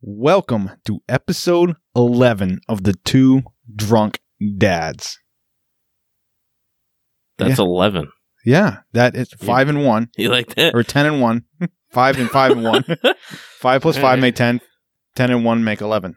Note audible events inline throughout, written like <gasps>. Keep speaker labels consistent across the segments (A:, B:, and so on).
A: Welcome to episode 11 of the Two Drunk Dads.
B: That's 11.
A: Yeah, that is 5 and 1
B: <laughs> You like that?
A: or 10 and <laughs> 1. 5 and 5 and
B: <laughs>
A: 1. 5 plus 5 make 10. 10 and 1 make 11.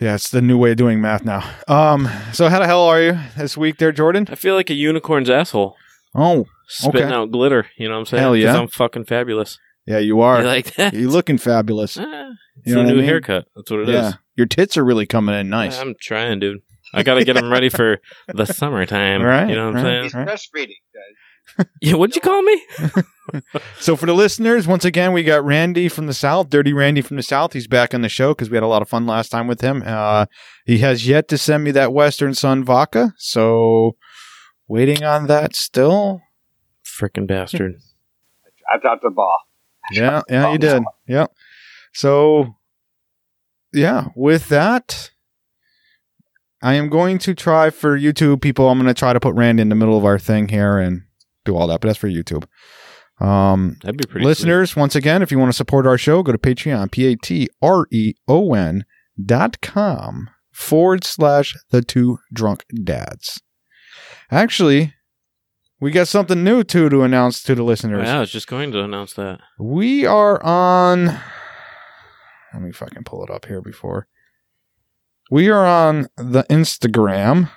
A: Yeah, it's the new way of doing math now. Um, so how the hell are you this week there, Jordan?
B: I feel like a unicorn's asshole
A: Oh,
B: spitting
A: Okay.
B: out glitter. You know what I'm saying?
A: Hell
B: 'Cause
A: yeah.
B: I'm fucking fabulous.
A: yeah, you
B: You
A: are.
B: like that?
A: You're looking fabulous.
B: <laughs> Ah, it's
A: You know
B: a
A: what I
B: new
A: mean?
B: haircut. That's what it is.
A: yeah. Your tits are really coming in nice.
B: I'm trying, dude. I got to get them ready for
A: <laughs>
B: the summertime.
A: Right,
B: You know what I'm
A: right.
B: saying?
C: He's breastfeeding, guys.
B: Yeah, what'd you call me?
A: So for the listeners, once again, we got Randy from the South, Dirty Randy from the South. He's back on the show because we had a lot of fun last time with him. Uh, he has yet to send me that Western Sun vodka, so waiting on that still.
B: Freaking bastard.
C: I dropped the ball.
A: Yeah, yeah, you did. Yeah. So, yeah, with that, I am going to try for YouTube people. I'm going to try to put Randy in the middle of our thing here and do all that, but that's for YouTube. Um,
B: That'd be pretty
A: Listeners, once again, if you want to support our show, go to Patreon, P A T R E O N dot com forward slash the two drunk dads. Actually, we got something new too to announce to the
B: sweet.
A: listeners.
B: Yeah, I was just going to announce that.
A: We are on. Let me fucking pull it up here before. We are on the Instagram,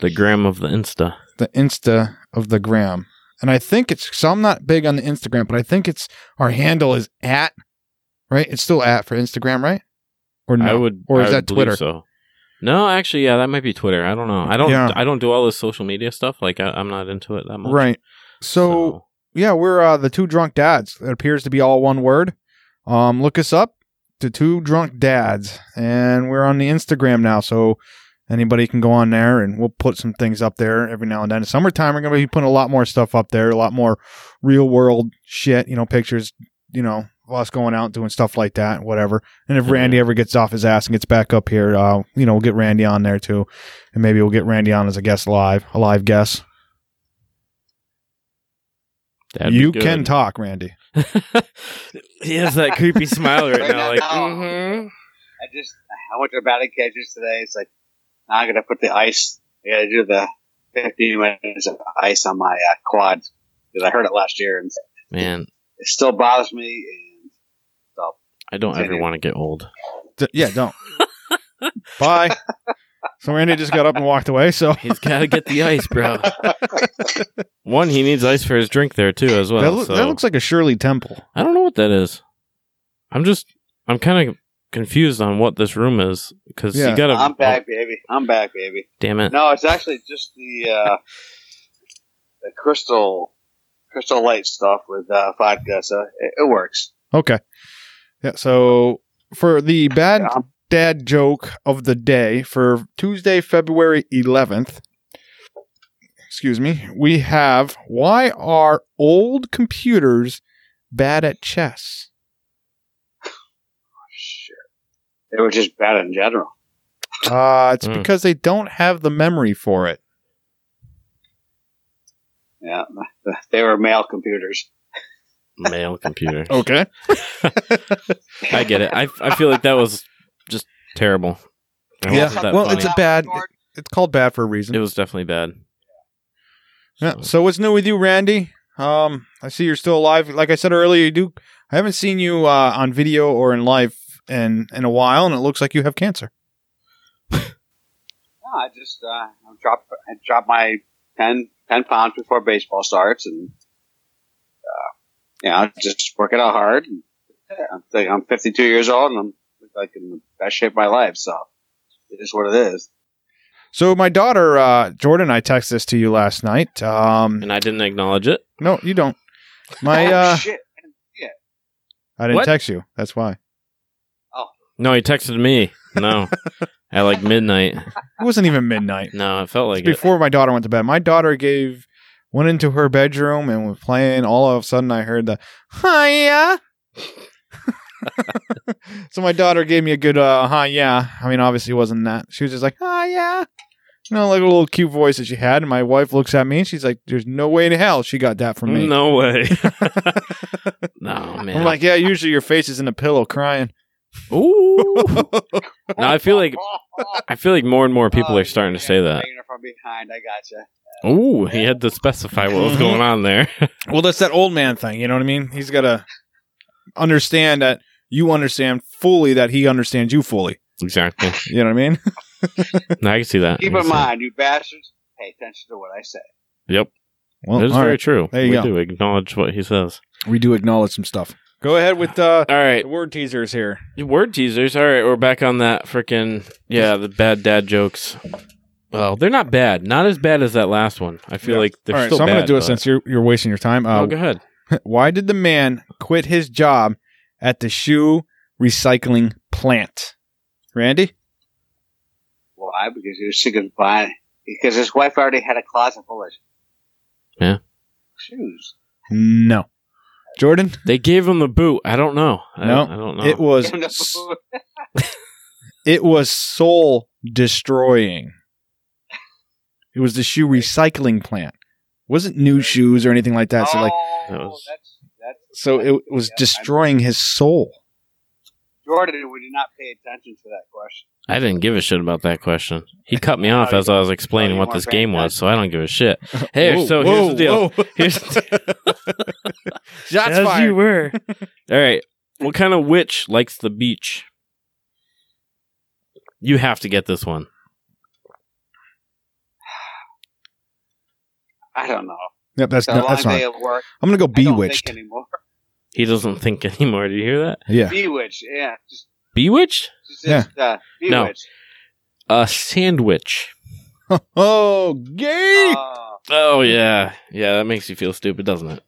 B: The gram of the Insta.
A: the Insta of the gram. And I think it's, so I'm not big on the Instagram, but I think it's, our handle is at, right? It's still at for Instagram, right? Or no?
B: I would.
A: or
B: I
A: is
B: would
A: that
B: believe
A: Twitter?
B: So. No, actually, yeah, that might be Twitter. I don't know. I don't.
A: Yeah.
B: I don't do all this social media stuff. Like, I, I'm not into it that much.
A: Right. so yeah, we're uh, the two drunk dads. It appears to be all one word. Um, look us up, the two drunk dads, and we're on the Instagram now. So anybody can go on there, and we'll put some things up there every now and then. In summertime, we're gonna be putting a lot more stuff up there, a lot more real world shit. You know, pictures. You know, of us going out doing stuff like that, whatever. And if
B: Mhm.
A: Randy ever gets off his ass and gets back up here, uh, you know, we'll get Randy on there too, and maybe we'll get Randy on as a guest live, a live guest.
B: That'd be
A: you
B: good.
A: can talk, Randy.
B: <laughs> he has that creepy smile right
C: Right
B: now,
C: now.
B: like mhm.
C: I just I went to batting cages today. It's like now I gotta put the ice. I gotta do the 15 minutes of ice on my uh, quad because I heard it last year and
B: man.
C: it still bothers me. And so
B: I don't
C: Yeah,
B: ever
C: dude.
B: want to get old.
A: D- yeah, don't. <laughs> Bye. So Randy just got up and walked away. So
B: He's got to get the ice,
C: <laughs>
B: bro. One, he needs ice for his drink there too, as well.
A: that, loo-
B: so.
A: that looks like a Shirley Temple.
B: I don't know what that is. I'm just. I'm kind of confused on what this room is because
A: Yeah.
B: you got to.
C: I'm back, baby. I'm back, baby.
B: damn it!
C: No, it's actually just the uh, the crystal crystal light stuff with uh, vodka. So it, it works.
A: Okay. Yeah. So for the bad
C: Yeah.
A: dad joke of the day for Tuesday, February 11th, excuse me, we have why are old computers bad at chess?
C: Shit. It was just bad in general.
A: Uh, it's
B: Mm.
A: because they don't have the memory for it.
C: Yeah, <laughs> they were male computers.
B: Male
C: <laughs>
B: computer.
A: Okay.
B: I get it. I I feel like that was just terrible. It
A: Yeah.
B: wasn't that
A: Well,
B: funny.
A: it's a bad- It's called bad for a reason.
B: It was definitely bad.
A: Yeah. So what's new with you, Randy? Um, I see you're still alive. Like I said earlier, you do. I haven't seen you uh, on video or in live in in a while, and it looks like you have cancer.
C: No, I just uh, I dropped I dropped my 10, 10 pounds before baseball starts, and uh, yeah, I'm just working out hard. And, yeah, I'm, like, I'm 52 years old, and I'm like in the best shape of my life. So it is what it is.
A: So my daughter uh, Jordan, I texted this to you last night. Um,
B: And I didn't acknowledge it.
A: no, you don't. My
C: oh <laughs>
A: uh,
C: shit!
A: I didn't
B: What?
A: text you. That's why.
B: No, he texted me. No. At like midnight.
A: It wasn't even midnight.
B: No, it felt like
A: It's before my daughter went to bed. My daughter gave went into her bedroom and was playing. All of a sudden, I heard the "hi yeah." <laughs> so my daughter gave me a good uh, "hi yeah." I mean, obviously, it wasn't that. She was just like "hi yeah," you know, like a little cute voice that she had. And my wife looks at me and she's like, "There's no way in hell she got that from me."
B: No
A: <laughs>
B: way. no man.
A: I'm like, "Yeah, usually your face is in a pillow crying." <laughs>
B: ooh. Now, I feel like- I feel like more and more people
C: Oh,
B: are starting to say that.
C: Banging Oh, her from behind. I gotcha.
B: Ooh, he had to specify what
A: Mm-hmm.
B: was going on there. <laughs>
A: Well, that's that old man thing. You know what I mean? He's got to understand that you understand fully that he understands you fully.
B: exactly.
A: You know what I mean? <laughs>
B: No, I can see that.
C: Keep
B: I can
C: in
B: see that.
C: mind, you bastards. Pay attention to what I say.
B: Yep.
A: Well,
B: that is
A: all
B: very
A: right.
B: true.
A: There you
B: we
A: go.
B: do acknowledge what he says.
A: we do acknowledge some stuff. Go ahead with uh,
B: All right.
A: the word teasers here.
B: Word teasers. All right, we're back on that freaking yeah, the bad dad jokes. Well, they're not bad. Not as bad as that last one. I feel
A: Yeah.
B: like they're
A: all right,
B: still
A: so I'm
B: bad.
A: going to do it
B: but-
A: since you're you're wasting your time.
B: oh,
A: Uh,
B: go ahead.
A: <laughs> why did the man quit his job at the shoe recycling plant? Randy,
C: Why? Because he was sick of buying. Because his wife already had a closet full of.
B: Yeah.
C: Shoes.
A: no. Jordan,
B: They gave him the boot. I don't know. I,
A: No,
B: I don't know.
A: it
C: <laughs>
A: was it was soul destroying. It was the shoe recycling plant. wasn't new shoes or anything like that. So like
B: That was-
C: that's, that's
A: so it was
C: Oh. Yeah, I-
A: destroying his soul.
C: Jordan would not pay attention to that question.
B: I didn't give a shit about that question. He cut me off
C: Oh,
B: as I was
C: oh,
B: explaining
C: you
B: what
C: weren't
B: this
C: paying
B: game was, so I don't give
A: <laughs>
B: a shit. Hey, so here's the deal.
A: whoa. <laughs>
B: Here's
A: Shots
B: As
A: fired. <laughs>
B: you were. All right. What kind of witch likes the beach? You have to get this one.
C: I don't know.
A: Yep, that's
C: It's a
A: not,
C: long
A: that's
C: day
A: not.
C: of work.
A: I'm gonna go
C: I don't
A: bewitched.
C: think anymore.
B: He doesn't think <laughs> anymore. Do you hear that?
A: <laughs> Yeah,
C: Bewitched. Yeah. Just,
B: Bewitched?
C: just, just uh,
B: No.
C: bewitched.
B: A sandwich.
A: Oh, gay.
C: Oh,
B: Oh yeah, yeah. That makes you feel stupid, doesn't it?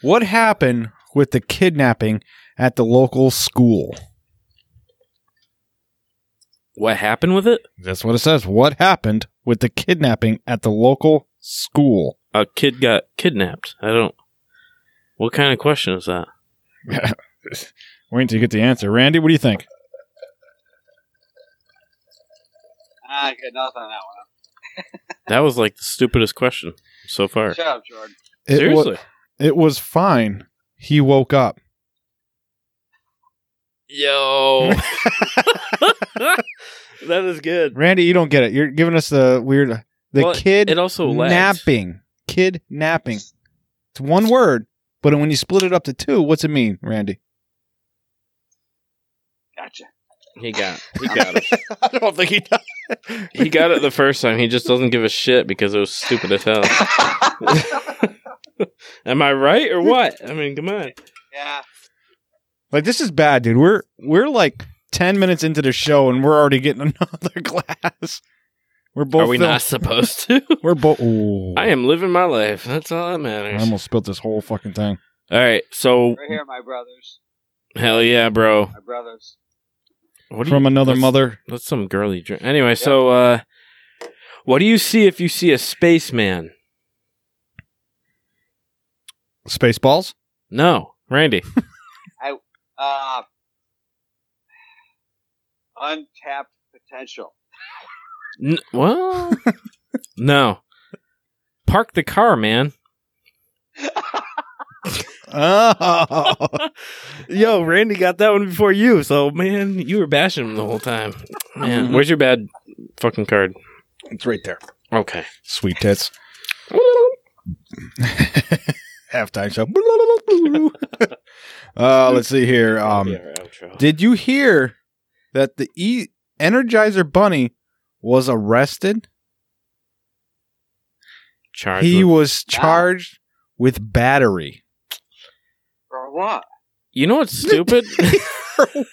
A: what happened with the kidnapping at the local school?
B: What happened with it?
A: That's what it says. What happened with the kidnapping at the local school?
B: A kid got kidnapped. I don't. What kind of question is that?
A: Wait until you get the answer, Randy. What do you think?
C: I get nothing on that
B: That was like the stupidest question so
C: one.
B: far.
C: Shut up, Jordan.
A: It wa-
B: Seriously.
A: it was fine. He woke up. <laughs>
B: Yo. that is good.
A: Randy, you don't get it. You're giving us the weird. The
B: Well,
A: kid
B: It also lags.
A: napping. Kid napping. It's one word, but when you split it up to two, what's it mean, Randy? <laughs>
C: Gotcha. <laughs>
B: He got. He got it.
A: I don't think he does.
B: He got it the first time. He just doesn't give a shit because it was stupid as hell. Am I right or what? I mean, come on.
C: yeah.
A: Like this is bad, dude. We're we're like ten minutes into the show and we're already getting <laughs> another glass. We're both.
B: Are we
A: fill-
B: not supposed to?
A: We're both. Ooh.
B: I am living my life. That's all that
A: I
B: matters.
A: almost spilled this whole fucking thing.
B: All right. So
C: Right here, my brothers.
B: hell yeah, bro.
C: My brothers.
B: What do you,
A: From another
B: that's-
A: mother.
B: that's some girly drink. Anyway, so uh, what do you see if you see a spaceman?
A: <laughs> Spaceballs.
B: No, <laughs> Randy.
C: Uh, untapped <laughs> potential.
B: N- well, no. Park the car, man.
A: Oh.
B: Yo, Randy got that one before you, so man, you were bashing him the whole time. Man,
A: Mhm.
B: where's your bad fucking card?
A: it's right there.
B: Okay.
A: Sweet tits. <laughs> Halftime show. <laughs> uh, let's see here. Um, Did you hear that the e- Energizer Bunny was arrested?
B: Charge.
A: He
B: with-
A: was charged with battery.
C: Or what?
B: you know what's stupid?
C: I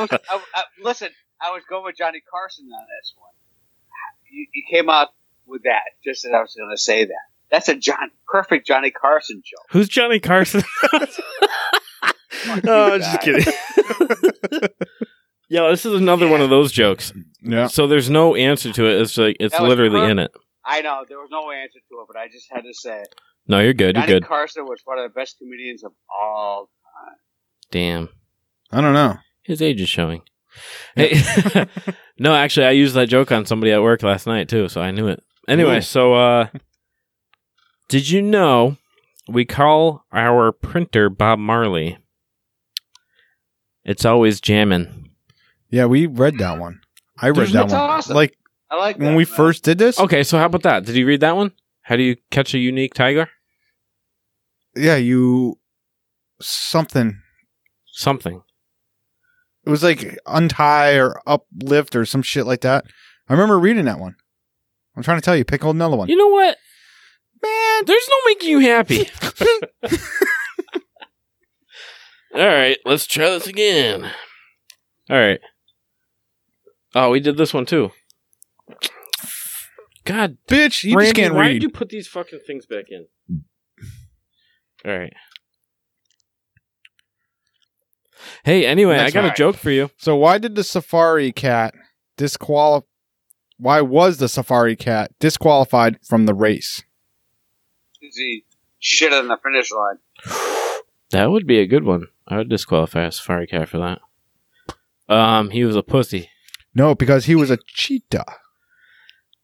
C: was. I, I, listen, I was going with Johnny Carson on this one. You, you came up with that just as I was going to say that. That's a John, perfect Johnny Carson <laughs> joke.
B: <laughs> Who's Johnny Carson?
C: Fuck you
B: oh, I'm just <laughs>
C: guys.
B: kidding. Yo, this is another one of those jokes.
A: yeah.
B: So there's no answer to it. It's like it's
C: That was
B: literally
C: perfect.
B: in it.
C: I know there was no answer to it, but I just had to say it.
B: No, you're good. You're
C: Johnny
B: good.
C: Carson was one of the best comedians of all.
B: Damn,
A: I don't know.
B: his age is showing. Hey, <laughs> no, actually, I used that joke on somebody at work last night too, so I knew it. Anyway,
A: Ooh.
B: so uh, did you know we call our printer Bob Marley? It's always jamming.
A: Yeah, we read that one. I read
C: Dude,
A: that
C: that's
A: one.
C: awesome.
A: Like
C: I like
A: when
C: that,
A: we
C: man.
A: first did this.
B: Okay, so how about that? Did you read that one? How do you catch a unique tiger?
A: Yeah, you something.
B: Something.
A: It was like untie or uplift or some shit like that. I remember reading that one. I'm trying to tell you, pick old another one.
B: You know what?
A: <laughs> Man,
B: There's no making you happy. All right, let's try this again. All right. Oh, we did this one too. God,
A: bitch, you just
B: Randy,
A: can't
B: why
A: read.
B: did you put these fucking things back in? All right. Hey, anyway,
A: That's
B: I got
A: right.
B: a joke for you.
A: so why did the Safari Cat disqualify? Why was the Safari Cat disqualified from the race?
C: He shit on the finish line.
B: That would be a good one. I would disqualify a safari cat for that. Um, he was a pussy.
A: No, because he was a cheetah,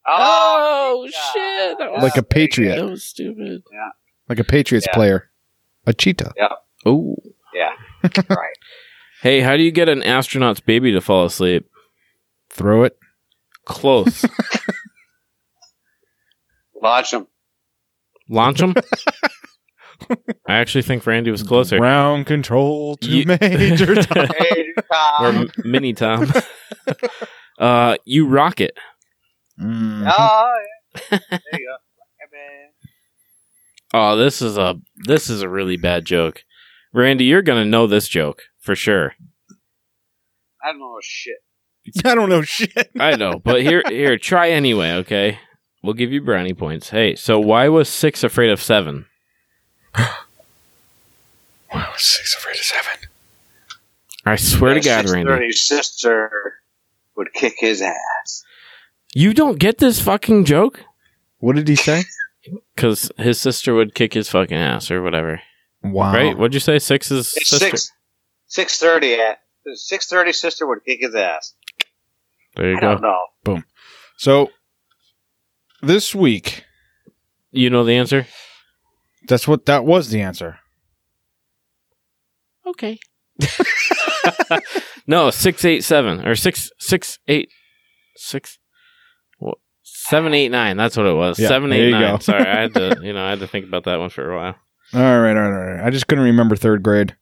B: Oh,
C: yeah.
B: shit! That was,
A: like a patriot,
B: that was stupid.
A: like a Patriots
C: Yeah.
A: player, a cheetah.
B: Oh.
C: right.
B: Hey, how do you get an astronaut's baby to fall asleep?
A: Throw it.
B: <laughs> Close.
C: Launch him.
B: Launch him? I actually think Randy was closer.
A: Round control to
B: You- <laughs>
A: major. Tom.
C: Hey,
B: or
C: Tom.
B: m- mini Tom. <laughs> uh, you rocket.
A: Mm.
C: Oh, yeah. There you go. Hey, man.
B: Oh, this is a this is a really bad joke. Randy, you're gonna know this joke for sure.
C: I don't know shit.
A: I don't know shit.
B: I know, but here here try anyway. Okay, we'll give you brownie points. Hey, so why was six afraid of seven?
A: Wow, six afraid of seven.
B: I swear to God, Randy,
C: His sister would kick his ass.
B: you don't get this fucking joke
A: What did he say?
B: because his sister would kick his fucking ass or whatever.
A: Wow.
B: Right? What'd you say? Six is
C: It's
B: sister.
C: six six thirty at six thirty. Sister would kick his ass.
B: There you
C: I don't
B: go.
C: know.
A: So this week,
B: You know the answer.
A: that's what that was the answer.
B: Okay. <laughs> no, six eight seven or six six eight six. What? Seven eight nine. That's what it was.
A: Yeah,
B: seven
A: there
B: eight
A: you
B: nine.
A: go.
B: Sorry, I
A: <laughs>
B: had to. You know, I had to think about that one for a while.
A: All right, all right, all right. I just couldn't remember third grade.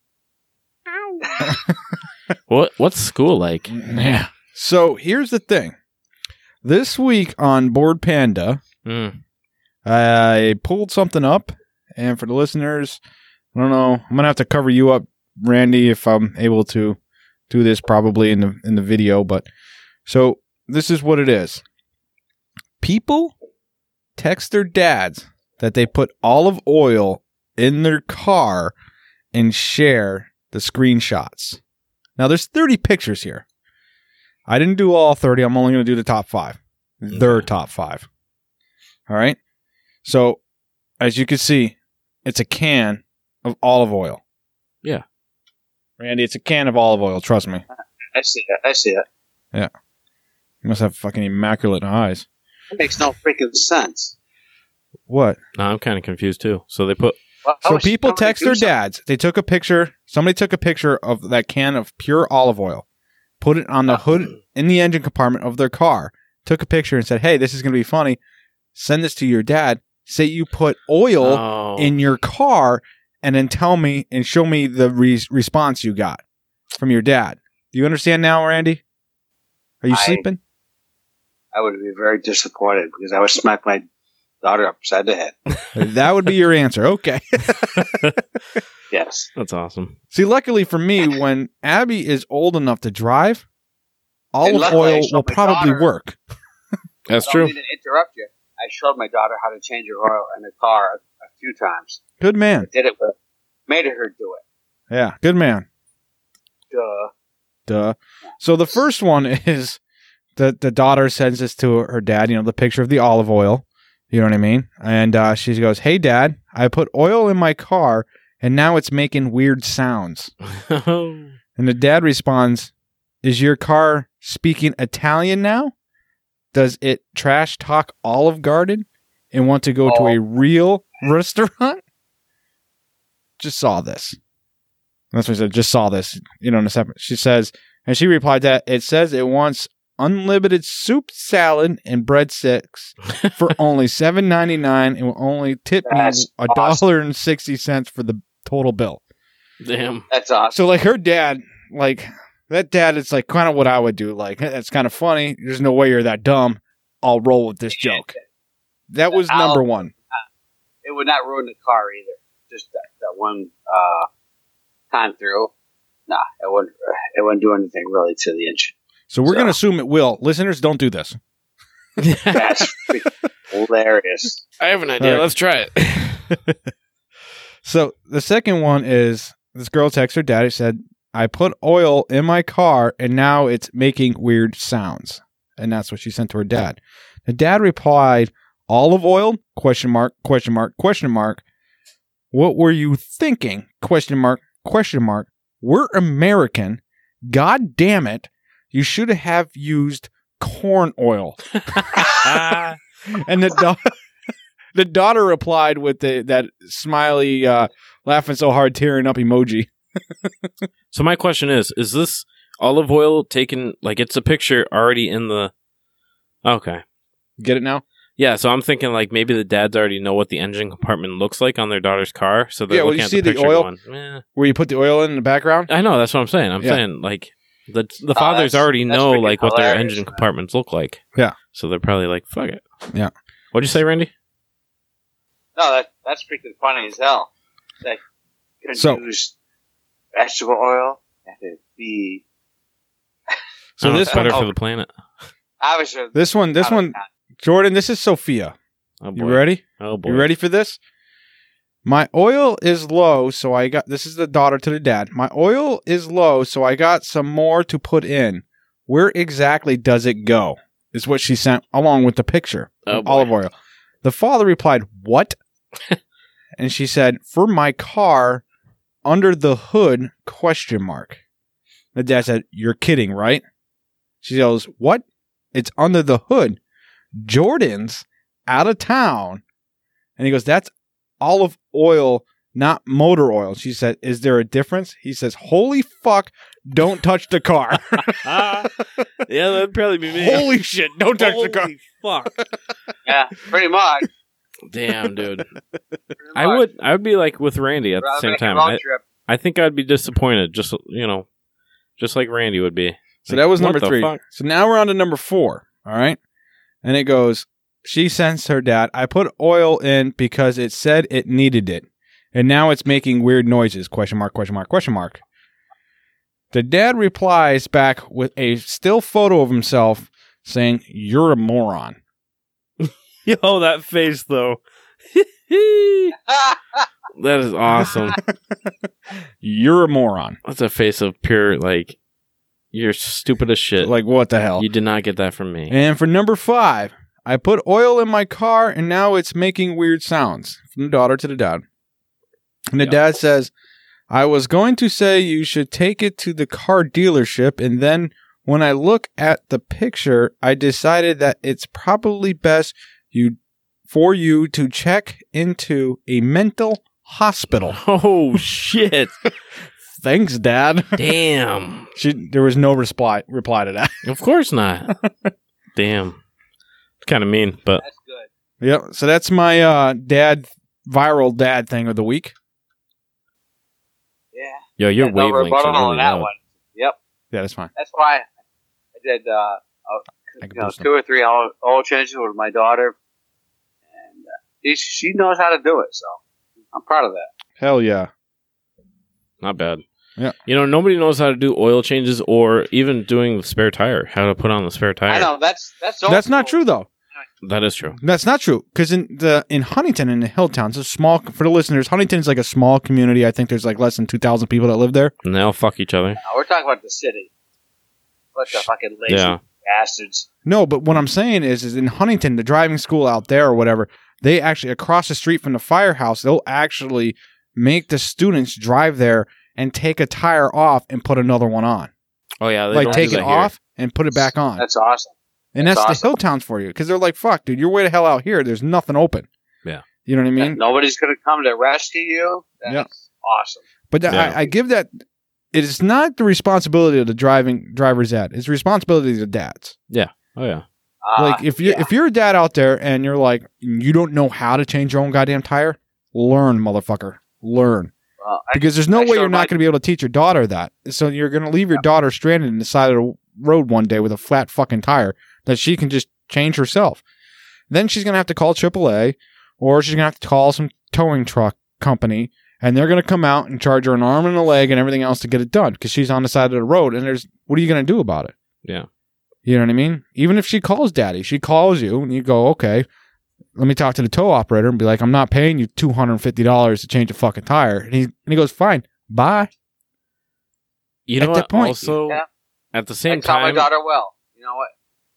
B: What What's school like?
A: Yeah. Mm-hmm. So here's the thing. This week on Board Panda, Hmm.
B: Mm.
A: I pulled something up, and for the listeners, I don't know. I'm gonna have to cover you up, Randy, if I'm able to do this probably in the in the video. But so this is what it is. People text their dads that they put olive oil in their car and share the screenshots. Now there's 30 pictures here. I didn't do all 30. I'm only going to do the top 5. Their
B: Okay.
A: top 5. All right? So as you can see, it's a can of olive oil.
B: Yeah.
A: Randy, it's a can of olive oil, trust me.
C: <laughs> I see it. I see it.
A: You must have fucking immaculate eyes.
C: It makes no freaking sense.
A: What?
B: No, I'm kind of confused too. So they put.
C: Why
A: So
C: would Oh, she
A: people
C: come and
A: text
C: do
A: their
C: something?
A: dads. They took a picture. Somebody took a picture of that can of pure olive oil, put it on the hood in the engine compartment of their car, took a picture and said, "Hey, this is going to be funny. Send this to your dad. Say you put oil
B: Oh.
A: in your car, and then tell me and show me the re- response you got from your dad." Do you understand now, Randy? Are you
C: I-
A: sleeping?
C: I would be very disappointed because I would smack my daughter upside the head.
A: that would be your answer. Okay.
C: Yes.
B: That's awesome.
A: See, luckily for me, when Abby is old enough to drive, olive
C: luckily, I
A: oil
C: showed
A: will
C: my
A: probably
C: daughter.
A: work.
B: That's <laughs>
C: I don't
B: true.
C: mean to interrupt you. I showed my daughter how to change her oil in the car a, a few times.
A: Good man.
C: Did it with made her do
A: Yeah, good man.
C: it. Duh.
A: Duh. So the first one <laughs> is the the daughter sends this to her dad. You know, the picture of the olive oil. You know what I mean? And uh, she goes, "Hey, Dad, I put oil in my car,
B: Oh,
A: and now it's making weird sounds." And the dad responds, Is your car speaking Italian now? Does it trash talk Olive Garden and want to go to a real restaurant? Just saw this. That's what I said. Just saw this. You know, in a second. She says, and she replied that it says it wants unlimited soup, salad, and breadsticks for only seven ninety nine, and will only tip me
C: That's
A: a
C: awesome.
A: dollar and sixty cents for the total bill. <laughs>
B: Damn.
C: That's awesome.
A: So like her dad, like that dad is like kind of what I would do. Like that's kind of funny. There's no way you're that dumb. I'll roll with this joke. That was
C: I'll-
A: number one.
C: It would not ruin the car either. Just that, that one uh, time through. Nah, it wouldn't. It wouldn't do anything really to
B: <laughs>
C: the engine.
A: So we're
C: So-
A: gonna assume it will. Listeners, don't do this.
C: That's freaking hilarious.
B: I have an idea.
A: All right.
B: Let's try
A: <laughs>
B: it.
A: So the second one is this girl texts her daddy said, "I put oil in my car and now it's making weird sounds." And that's what she sent to her dad. The dad replied, "Olive oil? Question mark, question mark, question mark. What were you thinking? Question mark, question mark. We're American. God damn it. You should have used corn oil."
B: Ah.
A: and the da- <laughs> the daughter replied with the, that smiley uh, laughing so hard tearing up emoji.
B: so my question is: Is this olive oil taken? Like it's a picture already in the. Okay.
A: Get it now?
B: Yeah, so I'm thinking like maybe the dads already know what the engine compartment looks like on their daughter's car, so they're
A: Yeah, well,
B: looking
A: you
B: at
A: see
B: the
A: the
B: picture
A: oil-
B: going, "Meh."
A: Where you put the oil in in the background?
B: I know that's what I'm saying. I'm
A: Yeah.
B: saying like the the fathers
C: Oh, that's-
B: already
C: that's
B: know
C: freaking
B: like what their
C: hilarious,
B: engine
C: man.
B: compartments look like.
A: Yeah.
B: so they're probably like, "Fuck it."
A: Yeah.
B: What'd you say, Randy?
C: No, that, that's freaking funny as hell. That you could
A: So-
C: use vegetable oil. That would be
A: So
B: So this
A: this
B: Oh, better
C: one-
B: for the planet.
C: obviously
A: This one, this
C: not a-
A: one, Jordan, this is Sophia.
B: Oh boy.
A: You ready?
B: Oh boy.
A: You ready for this? My oil is low, so I got this is the daughter to the dad. My oil is low, so I got some more to put in. Where exactly does it go? Is what she sent along with the picture.
B: Oh,
A: of
B: boy.
A: olive oil. The father replied,
B: <laughs>
A: What? and she said, For my car under the hood question mark. The dad said, You're kidding, right? She goes, What? It's under the hood. Jordan's out of town. And he goes, That's olive oil, not motor oil. She said, Is there a difference? He says, Holy fuck, don't touch the car.
B: Ah. yeah, that'd probably be <laughs> me.
A: Holy shit, don't touch the car.
B: Holy fuck.
C: yeah, pretty much.
B: Damn, dude.
C: Pretty
B: <laughs> I
C: much.
B: would I would be like with Randy at
C: Rather
B: the same
C: make a
B: time.
C: road
B: I,
C: trip. <laughs>
B: I think I'd be disappointed just you know just like Randy would be.
A: So that was
B: What
A: number
B: the
A: three.
C: <laughs>
B: fuck?
A: So now we're on to number four. All right. And it goes, she sends her dad, I put oil in because it said it needed it. And now it's making weird noises. Question mark, question mark, question mark. The dad replies back with a still photo of himself saying, You're a moron.
B: Yo, that face though. <laughs> that is awesome.
C: <laughs>
A: You're a moron.
B: That's a face of pure like you're stupid as shit.
A: Like, what the hell?
B: you did not get that from me.
A: And for number five, I put oil in my car and now it's making weird sounds. From the daughter to the dad. And the
B: Yeah.
A: dad says, I was going to say you should take it to the car dealership. And then when I look at the picture, I decided that it's probably best you for you to check into a mental hospital.
B: <laughs>
A: <laughs>
B: Oh shit.
A: Thanks, <laughs> Dad.
B: Damn.
A: she there was no reply reply to that.
B: Of course
A: <laughs>
B: not. Damn. Kind of mean, but
C: That's good.
A: yep. So that's my uh dad viral dad thing of the week.
C: Yeah.
B: yo, your
C: Yeah, no
B: wavelengths
C: rebuttal
B: are really
C: on that
B: low.
C: one.
A: Yeah, that's fine.
C: That's why I did uh, a-
A: I can
C: you know,
A: boost them.
C: two or three oil, oil changes with my daughter, and uh, she, she knows how to do it. So I'm proud of that.
A: Hell yeah.
B: Not bad.
A: Yeah.
B: You know, nobody knows how to do oil changes or even doing the spare tire, how to put on the spare tire.
C: I know that's that's old
A: That's not
C: school.
A: true though.
B: That is true.
A: That's not true because in the in Huntington in the hill towns, a small for the listeners, Huntington is like a small community. I think there's like less than two thousand people that live there.
B: And they all fuck each other.
C: No, we're talking about the city. What the fucking lazy
B: Yeah.
C: bastards?
A: No, but what I'm saying is, is in Huntington, the driving school out there or whatever, they actually across the street from the firehouse, they'll actually make the students drive there and take a tire off and put another one on.
B: Oh yeah, they
A: like
B: don't
A: take
B: do
A: it
B: that here.
A: off and put it back on.
C: That's awesome.
A: and that's,
C: that's
A: the hill towns for you because they're like, fuck, dude, you're way the hell out here. There's nothing open.
B: Yeah.
A: You know what I mean?
C: Nobody's going to come to rescue you. That's
A: Yeah.
C: awesome.
A: But that-
B: Yeah.
A: I, I give that it is not the responsibility of the driving driver's ad. It's the responsibility of the dads.
B: Oh yeah,
C: Uh,
A: like if you
C: yeah.
A: if you're a dad out there and you're like you don't know how to change your own goddamn tire, learn, motherfucker, learn.
C: Well, I-
A: Because there's no
C: I
A: way
C: showed
A: you're
C: my-
A: not going to be able to teach your daughter that. So you're going to leave your daughter stranded in the side of the road one day with a flat fucking tire that she can just change herself. Then she's going to have to call AAA or she's going to have to call some towing truck company and they're going to come out and charge her an arm and a leg and everything else to get it done because she's on the side of the road and there's what are you going to do about it?
B: Yeah.
A: You know what I mean? Even if she calls daddy, she calls you and you go, okay, let me talk to the tow operator and be like, I'm not paying you $250 to change a fucking tire. And he, and he goes, fine, bye.
B: you
A: At
B: know
A: that
B: what?
A: point,
B: also,
C: yeah.
B: at the
C: I
B: same
C: taught my
B: time,
C: daughter well. You know what?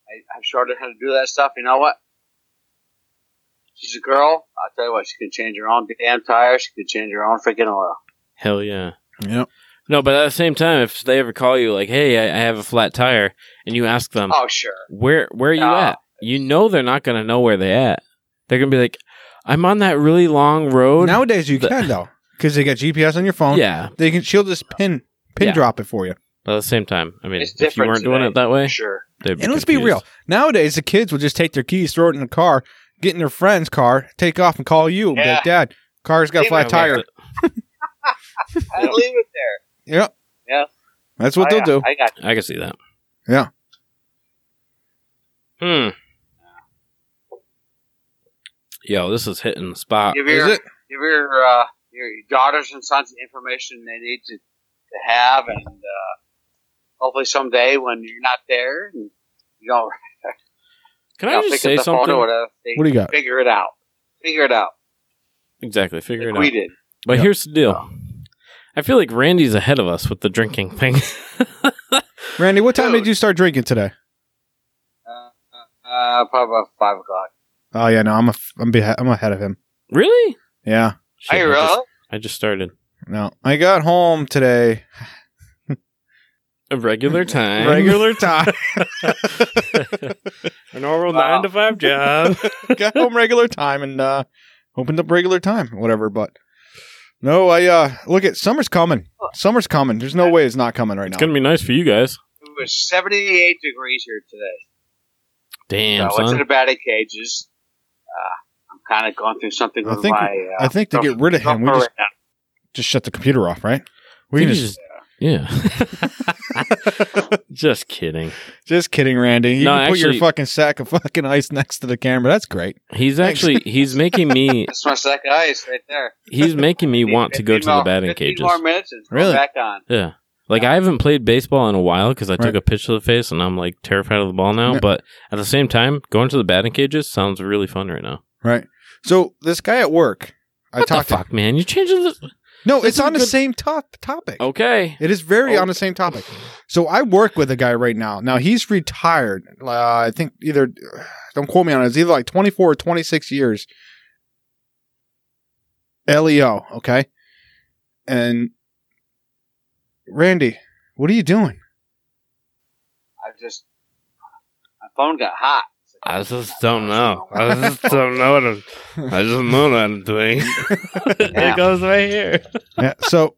C: I, I've showed her how to do that stuff. You know what? She's a girl. I'll tell you what, she can change her own damn tire. She can change her own freaking oil.
B: hell yeah.
A: Yep.
B: No, but at the same time, if they ever call you like, "Hey, I, I have a flat tire," and you ask them,
C: Oh, sure.
B: "Where where are you
C: No.
B: at?" You know they're not gonna know where they're at. They're gonna be like, "I'm on that really long road."
A: Nowadays, you
B: The-
A: can, though, because they got GPS on your phone.
B: yeah,
A: They can, she'll just pin, pin
B: Yeah.
A: drop it for you.
B: but at the same time, I mean,
C: It's
B: if you
C: different
B: weren't doing
C: today.
B: it that way,
C: Sure.
B: they'd
A: And let's be
B: confused.
A: real. Nowadays, the kids will just take their keys, throw it in the car, get in their friend's car, take off and call you. and be like, Dad, car's got a
C: Leave
A: flat
C: it
A: tire.
C: I leave it there.
A: That's what
C: I,
A: they'll do.
C: I got
B: I can see that.
A: Yeah.
B: Hmm. Yo, this Uh, is hitting the spot.
C: give
A: Is
C: your,
A: it?
C: give your, uh, your daughters and sons the information they need to, to have, and uh, hopefully someday when you're not there, and you don't
B: Can I
C: I'll
B: just
C: pick up
B: say
C: the phone or
B: something?
C: whatever. They
A: What do you got?
C: Figure it out. Figure it out.
B: Exactly. Figure
C: Like
B: it
C: we
B: out.
C: did.
B: But
A: Yeah.
B: here's the deal. I feel like Randy's ahead of us with the drinking thing. <laughs>
A: Randy, what time
C: Dude.
A: did you start drinking today?
C: Uh, uh, probably about five o'clock.
A: Oh, yeah, no, I'm, a, I'm, beha- I'm ahead of him.
B: really?
A: Yeah.
B: Shit,
C: hey,
B: I, just,
C: really?
B: I just started.
A: No, I got home today. <laughs>
B: A regular time. <laughs>
A: Regular time.
B: A normal
C: Wow.
B: nine to
A: <laughs>
B: five job.
A: got home regular time and uh, opened up regular time, whatever. But no, I uh, look at summer's coming. Summer's coming. There's no way it's not coming right
B: It's
A: now.
B: gonna be nice for you guys.
C: It was seventy-eight degrees here today.
B: Damn,
C: so I went to
B: son.
C: the batting cages. Uh, I'm kind of going through something
A: I
C: with
A: think-
C: my. Uh,
A: I think to get rid of him, we
C: girlfriend
A: just,
C: right now.
A: just shut the computer off, right? We
B: You
A: can just,
B: just-
C: <laughs>
B: yeah. <laughs> just kidding.
A: just kidding, Randy. You
B: No,
A: can put your
B: actually-
A: fucking sack of <laughs> fucking ice next to the camera. That's great.
B: He's actually he's making
A: <laughs>
B: me
C: That's my second ice right there.
B: he's making me want to go to
C: 15
B: the
C: more-
B: batting
C: 15
B: cages.
C: More minutes and
A: Really?
C: really? back on.
B: Yeah. Like I haven't played baseball in a while because I took
A: Right.
B: a pitch to the face and I'm like terrified of the ball now.
A: Yeah.
B: But at the same time, going to the batting cages sounds really fun right now.
A: Right. So this guy at work, I
B: What the
A: talked to.
B: fuck, man? You changing the
A: No,
B: This
A: it's
B: is
A: on the
B: good-
A: same top topic. <laughs>
B: okay?
A: It is very
B: Oh.
A: on the same topic. So I work with a guy right now. Now he's retired. Uh, I think either don't quote me on it. It's either like 24 or 26 years. LEO, okay? And Randy, what are you doing?
C: I just my phone got hot.
B: I just don't know.
A: <laughs>
B: I just don't know what I'm. I just don't know what I'm doing.
C: Yeah.
B: it goes right here.
A: yeah. So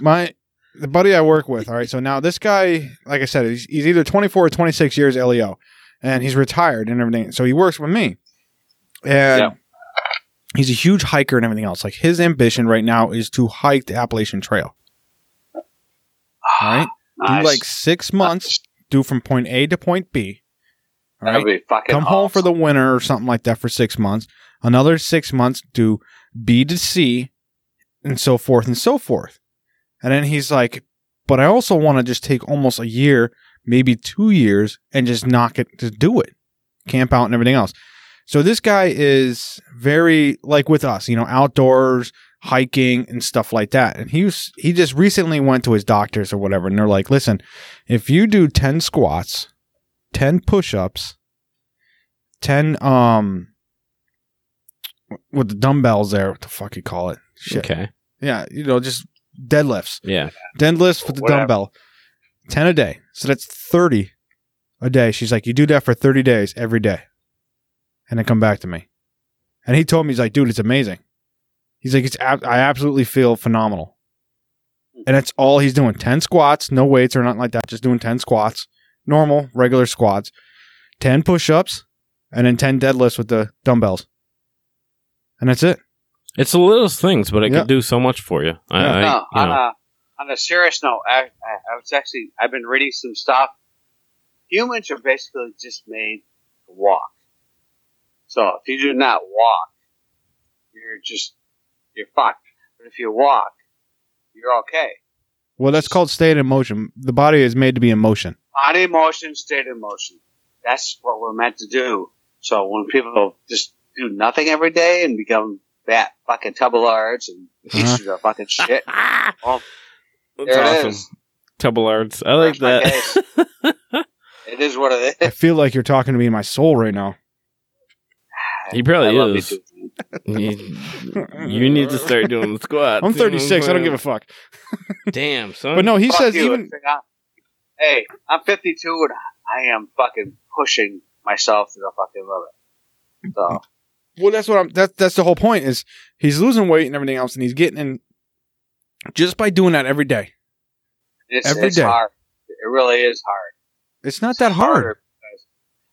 A: my the buddy I work with, all right. So now this guy, like I said, he's, he's either 24 or 26 years LEO, and he's retired and everything. So he works with me, and
C: Yeah.
A: he's a huge hiker and everything else. Like his ambition right now is to hike the Appalachian Trail. All right,
C: Ah, Nice.
A: do like six months, do from point A to point B. All
C: That'd
A: right,
C: be fucking
A: come home for
C: awesome.
A: the winter or something like that for six months. Another six months do B to C, and so forth and so forth. And then he's like, "But I also want to just take almost a year, maybe two years, and just knock it, just do it, camp out and everything else." So this guy is very like with us, you know, outdoors, hiking and stuff like that. And he was he just recently went to his doctors or whatever, and they're like, "Listen, if you do ten squats, ten push-ups." 10 um with the dumbbells there what the fuck you call it shit
B: Okay.
A: yeah you know just deadlifts
B: Yeah.
A: deadlifts with the
C: Whatever.
A: dumbbell 10 a day. So that's 30 a day. She's like, you do that for 30 days every day. And then come back to me. And he told me, he's like, dude, it's amazing. He's like, it's ab- I absolutely feel phenomenal. And that's all he's doing 10 squats, no weights or nothing like that, just doing 10 squats, normal, regular squats, 10 push ups, and then 10 deadlifts with the dumbbells. And that's it.
B: It's the littlest things, but it
A: Yeah.
B: can do so much for you. I,
A: Yeah.
B: I-
C: no,
B: you
C: on
B: know.
C: a on a serious note, I, I, I was actually I've been reading some stuff. Humans are basically just made to walk. So if you do not walk, you're just you're fucked. But if you walk, you're okay.
A: Well, that's called state in motion. The body is made to be in motion.
C: Body motion, state of motion. That's what we're meant to do. So when people just do nothing every day and become fat fucking tubelards and pieces of fucking shit,
B: Ah!
C: Well,
B: Uh-huh. <laughs> That's
C: there it
B: awesome.
C: is.
B: Tubelards. I like
C: That's my
B: that. <laughs>
C: case. it is what it
A: I
C: is.
A: feel like you're talking to me in my soul right now.
B: He
C: I love
B: probably
C: you
B: is.
C: too, man.
B: you, you need to start doing the squats.
A: I'm 36. I don't give a fuck.
B: a damn son.
A: But no, he
C: Fuck
A: says
C: you.
A: even
C: Hey, I'm 52 and I am fucking pushing myself to the fucking limit. So
A: Well, that's what I'm. That that's the whole point is he's losing weight and everything else, and he's getting in just by doing that every day.
C: it's,
A: Every
C: it's
A: day.
C: hard. It really is hard.
A: It's not that hard.
C: Harder because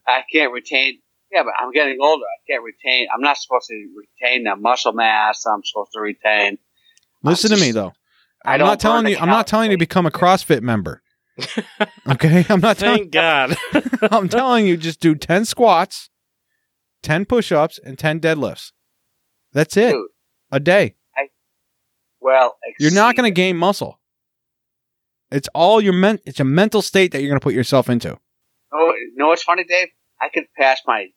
C: I can't retain. Yeah, but I'm getting older. I can't retain. I'm not supposed to retain the muscle mass. I'm supposed to retain.
A: Listen
C: I'm
A: to me
C: just-
A: though.
C: I
A: I'm
C: don't
A: not telling
C: burn
A: you.
C: the
A: I'm not telling you to become
C: calories.
A: a CrossFit
C: <laughs>
A: member. okay, I'm not telling.
B: Thank God.
A: <laughs> I'm telling you, just do ten squats, ten push-ups, and ten deadlifts. That's it.
C: Dude.
A: A day.
C: Well,
A: You're not
C: exceed
A: going to
C: it.
A: gain muscle. It's all your men. It's a mental state that you're going to put yourself into.
C: No, no. It's funny, Dave. I could pass my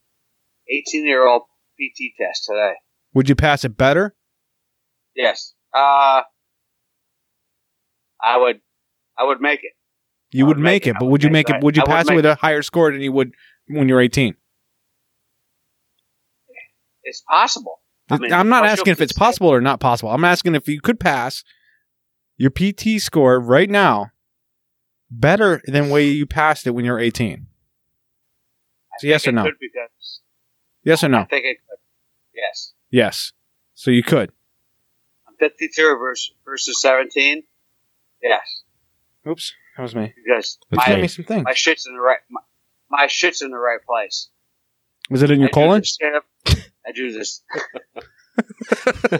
C: 18 year old PT test today.
A: Would you pass it better?
C: Yes. Uh, I would. I would make it.
A: You
C: I
A: would
C: would
A: make
C: make
A: it,
C: it. I
A: but
C: would
A: would you
C: make
A: make it?
C: it.
A: Would you
C: I would
A: pass it
C: make
A: with a higher score than you would when you're 18?
C: It's possible. I mean,
A: I'm not
C: what
A: asking
C: you'll
A: if it's
C: consider-
A: possible or not possible. I'm asking if you could pass your PT score right now better than way you passed it when you were 18.
C: I
A: So yes
C: think
A: or no?
C: it could because
A: Yes or
C: I
A: no?
C: think it could. Yes.
A: Yes. So you could.
C: I'm 52 versus, versus 17. Yes.
A: Oops, that was me.
C: Because
B: That's
A: Give
C: my,
B: me.
A: me some things.
C: my shit's in the right my, my shit's in the right place.
A: Was it in your
C: I do
A: colon?
C: this stand-up- I
A: <laughs>
C: do this.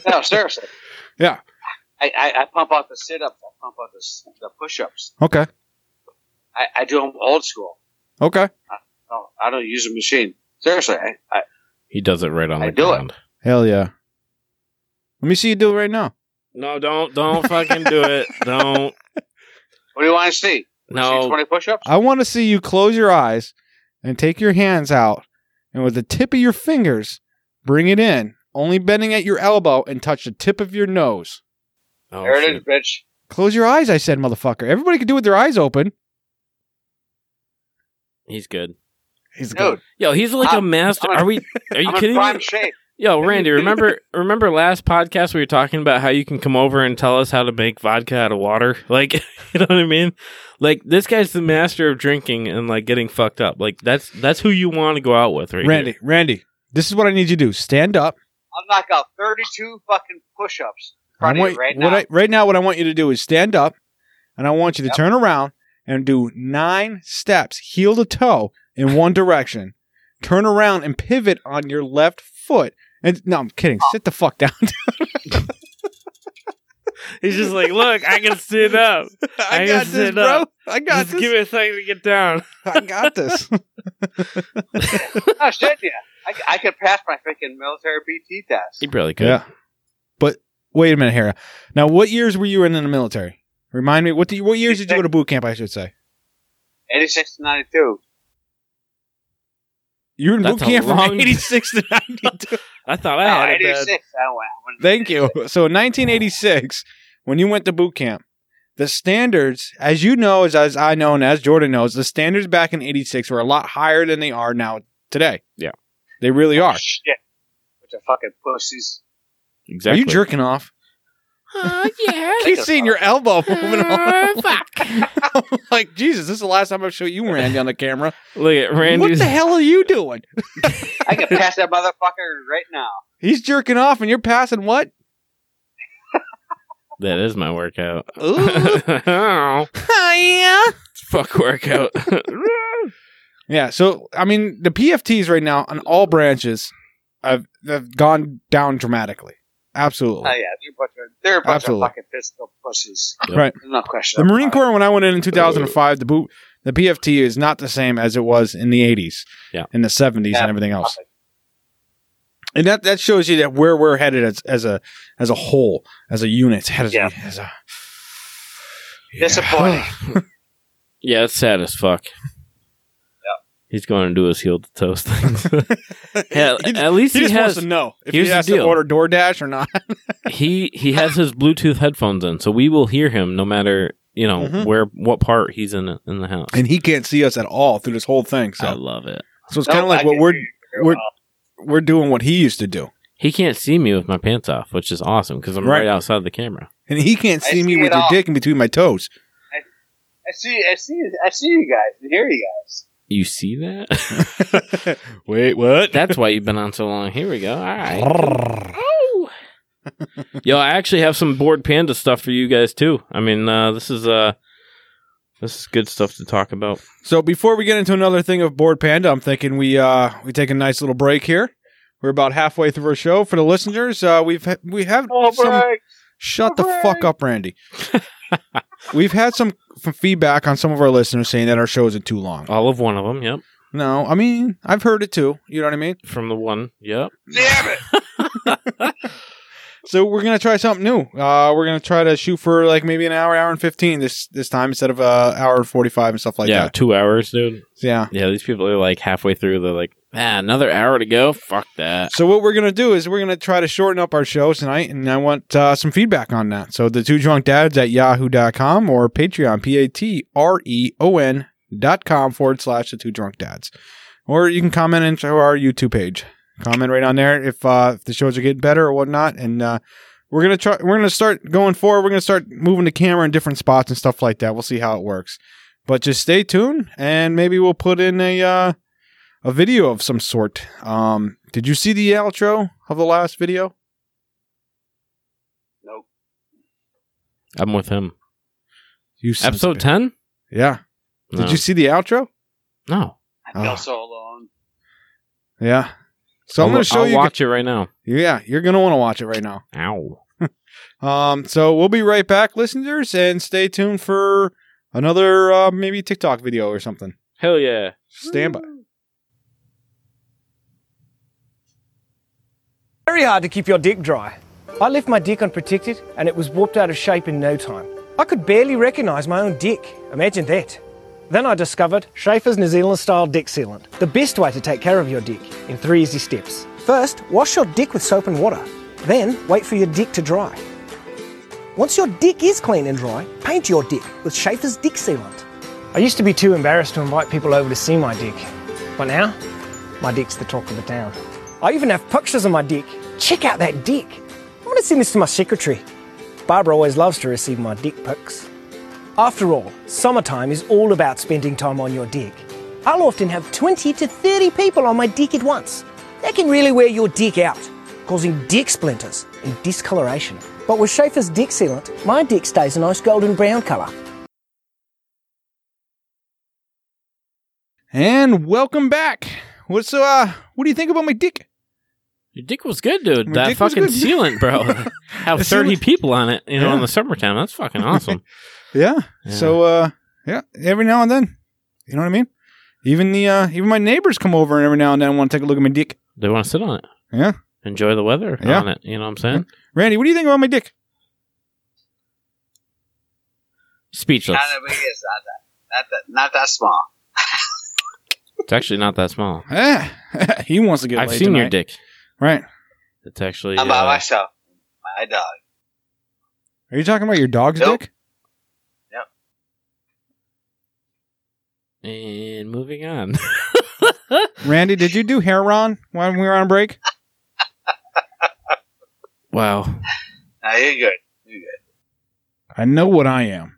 C: no, seriously.
A: Yeah.
C: I, I, I pump out the sit ups. I pump out the, s- the push ups.
A: Okay.
C: I, I do them old school.
A: Okay.
C: No, Oh, I don't use a machine. Seriously. I, I,
B: He does it right on
C: I
B: the
C: do it.
B: ground.
A: Hell yeah. Let me see you do it right now.
B: No, don't don't fucking do it. Don't.
C: what do you want to see? See
B: No.
C: 20 push ups?
A: I want to see you close your eyes and take your hands out and with the tip of your fingers bring it in, only bending at your elbow and touch the tip of your nose.
B: Oh,
C: there it
B: shit.
C: is, bitch.
A: Close your eyes, I said, motherfucker. Everybody can do it with their eyes open.
B: He's good.
A: He's
C: Dude,
B: Yo, he's like a
C: I'm-
B: master.
C: I'm in-
B: Are we? Are you
C: I'm in
B: kidding
C: prime
B: me?
C: shape.
B: Yo, Randy, remember remember last podcast we were talking about how you can come over and tell us how to make vodka out of water? <laughs> Like, you know what I mean? Like this guy's the master of drinking and like getting fucked up. Like that's that's who you want to go out with, right? here.
A: Randy, Randy, this is what I need you to do. Stand up.
C: I'll knock out 32 fucking push ups.
A: I
C: Right,
A: want-
C: right
A: what
C: now.
A: I, right now, what I want you to do is stand up and I want you to
C: Yep.
A: turn around and do nine steps, heel to toe in one direction. Turn around and pivot on your left foot. And no, I'm kidding. Sit the fuck down. <laughs>
B: He's just like, look, I can <laughs> stand up.
A: I, got
B: I can
A: this,
B: sit
A: bro.
B: up.
A: I got
B: just
A: this.
B: give it a second to get down.
A: I got
B: <laughs>
A: this.
C: <laughs> Oh, shit, yeah. I, I could pass my freaking military PT test.
B: He probably could.
A: Yeah. But wait a minute here. Now, what years were you in in the military? Remind me. What do you, what years did you go to boot camp? I should say.
C: 86 to 92.
A: You were in
B: That's
A: boot
B: a
A: camp from
B: long-
A: 86
B: <laughs>
A: to 92.
B: I thought Oh, I
C: No,
B: had it
C: 86.
B: bad.
C: I went, I went-
A: Thank you. <laughs> So in 1986, when you went to boot camp, the standards, as you know, as, as I know, and as Jordan knows, the standards back in 86 were a lot higher than they are now today.
B: Yeah.
A: They really are.
C: Shit. Bunch of fucking pussies.
A: Are
B: <laughs> Exactly.
A: you jerking off?
B: Oh yeah. <laughs>
A: She's seen your elbow moving on. <laughs>
B: Oh, fuck.
A: like, Jesus, this is the last time I've shown you Randy on the camera.
B: Look at <laughs> Randy's.
A: What the hell are you doing?
C: I can pass that motherfucker right
A: <laughs>
C: now.
A: He's jerking off and you're passing
B: <laughs>
A: what?
B: That is my <laughs> workout.
A: Ooh. <laughs> yeah.
B: Fuck workout.
A: Yeah. So I mean, the PFTs right now on all branches have, have gone down dramatically.
C: Oh
A: Absolutely.
C: yeah, they're a bunch of, they're a bunch
A: Absolutely.
C: of fucking pistol pussies.
A: Right.
C: No question.
A: The Marine Corps, when I went in in 2005, the boot, the PFT is not the same as it was in the 80s,
B: Yeah.
A: in the 70s,
C: Yeah.
A: and everything else. And that, that shows you that where we're headed as, as a as a whole, as a unit, as,
C: Yeah.
A: a, as a <laughs>
C: Disappointing.
B: yeah, it's sad as fuck. He's going to do his heel to toast things. yeah,
A: <laughs> He just-
B: at least
A: He
B: he,
A: just
B: has
A: wants to know if he
B: here's the
A: has to
B: deal.
A: order DoorDash or not.
B: he he has his Bluetooth headphones in, so we will hear him no matter you know
A: Mhm.
B: where what part he's in the, in the house.
A: And he can't see us at all through this whole thing.
B: I
A: So,
B: love it.
A: so it's
C: No,
A: kind of
C: I
A: like what
C: can
A: we're
C: hear you very
A: we're-
C: well.
A: we're doing what he used to do,
B: He can't see me with my pants off, which is awesome because I'm
A: Right.
B: right. outside the camera.
A: and he can't
C: I
A: see me
C: see
A: with
C: it
A: your
C: all.
A: dick in between my toes.
C: I see, I see, I see you guys, and hear you guys.
B: You see that? <laughs>
A: Wait, what?
B: That's why you've been on so long. Here we go.
A: <laughs>
B: All right. Oh. Yo, I actually have some bored panda stuff for you guys too. I mean, uh, this is uh, this is good stuff to talk about.
A: so before we get into another thing of board panda, I'm thinking we uh we take a nice little break here. We're about halfway through our show for the listeners. Uh, we've ha- we have some shut the
C: Break.
A: fuck up, Randy. we've had some f- feedback on some of our listeners saying that our show isn't too long.
B: All of one of them. Yep.
A: No, I mean I've heard it too. You know what I mean.
B: From the one. Yep.
C: Damn it!
A: So we're gonna try something new. Uh, we're gonna try to shoot for like maybe an hour, hour and fifteen this this time instead of uh hour and forty five and stuff like
B: yeah.
A: that.
B: Two hours, dude.
A: Yeah.
B: Yeah, these people are like halfway through. They're like, ah, another hour to go. Fuck that.
A: So what we're gonna do is we're gonna try to shorten up our show tonight, and I want uh, some feedback on that. So the two drunk dads at yahoo.com or Patreon, p a t r e o n dot com forward slash the two drunk dads, or you can comment into our YouTube page. Comment right on there if uh, if the shows are getting better or whatnot, and uh, we're gonna try. We're gonna start going forward. We're gonna start moving the camera in different spots and stuff like that. We'll see how it works, but just stay tuned, and maybe we'll put in a. Uh, a video of some sort. Um, did you see the outro of the last video?
C: Nope.
B: I'm with him.
A: You sons of
B: Episode
A: bitch.
B: ten.
A: Yeah.
B: No.
A: Did you see the outro?
B: No.
C: I
A: Ah.
C: feel so alone.
A: Yeah. So I'm
B: I'll-
A: going to show
B: I'll
A: you.
B: Watch it right now.
A: yeah, you're going to want to watch it right now.
B: Ow.
A: Um, so we'll be right back, listeners, and stay tuned for another uh, maybe TikTok video or something.
B: Hell yeah.
A: Stand by.
D: Very hard to keep your dick dry. I left my dick unprotected and it was warped out of shape in no time. I could barely recognise my own dick. Imagine that. Then I discovered Schaefer's New Zealand style dick sealant, the best way to take care of your dick in three easy steps. First, wash your dick with soap and water. Then, wait for your dick to dry. Once your dick is clean and dry, paint your dick with Schaefer's dick sealant. I used to be too embarrassed to invite people over to see my dick, but now my dick's the talk of the town. I even have pictures of my dick. Check out that dick. I want to send this to my secretary. Barbara always loves to receive my dick pics. After all, summertime is all about spending time on your dick. I'll often have 20 to 30 people on my dick at once. That can really wear your dick out, causing dick splinters and discoloration. But with Schaefer's Dick Sealant, my dick stays a nice golden brown colour.
A: And welcome back. What's uh? What do you think about my dick?
B: Your dick was good, dude.
A: My
B: that
A: dick was
B: fucking
A: good. <laughs>
B: sealant, bro. Have
A: The
B: thirty
A: sealant-
B: people on it, you know,
A: Yeah.
B: in the summertime. That's
A: <laughs>
B: fucking awesome.
A: Yeah.
B: Yeah.
A: So uh yeah, every now and then. You know what I mean? Even the uh even my neighbors come over and every now and then want to take a look at my dick.
B: they want to sit on it.
A: Yeah.
B: Enjoy the weather
A: Yeah.
B: on it. You know what I'm saying?
A: Randy, what do you think about my dick?
B: Speechless.
C: Not that big, it's not that, not that, not that small.
B: It's actually not that small.
A: Eh, <laughs> he wants to get
B: I've
A: laid
B: seen
A: tonight.
B: your dick.
A: Right.
B: It's actually.
C: I'm by
B: uh,
C: myself. My dog.
A: Are you talking about your dog's
C: Nope.
A: dick?
B: uh, and moving on. <laughs>
A: Randy, did you do hair Ron when we were on break?
B: wow.
C: Now you're good.
A: I know what I am.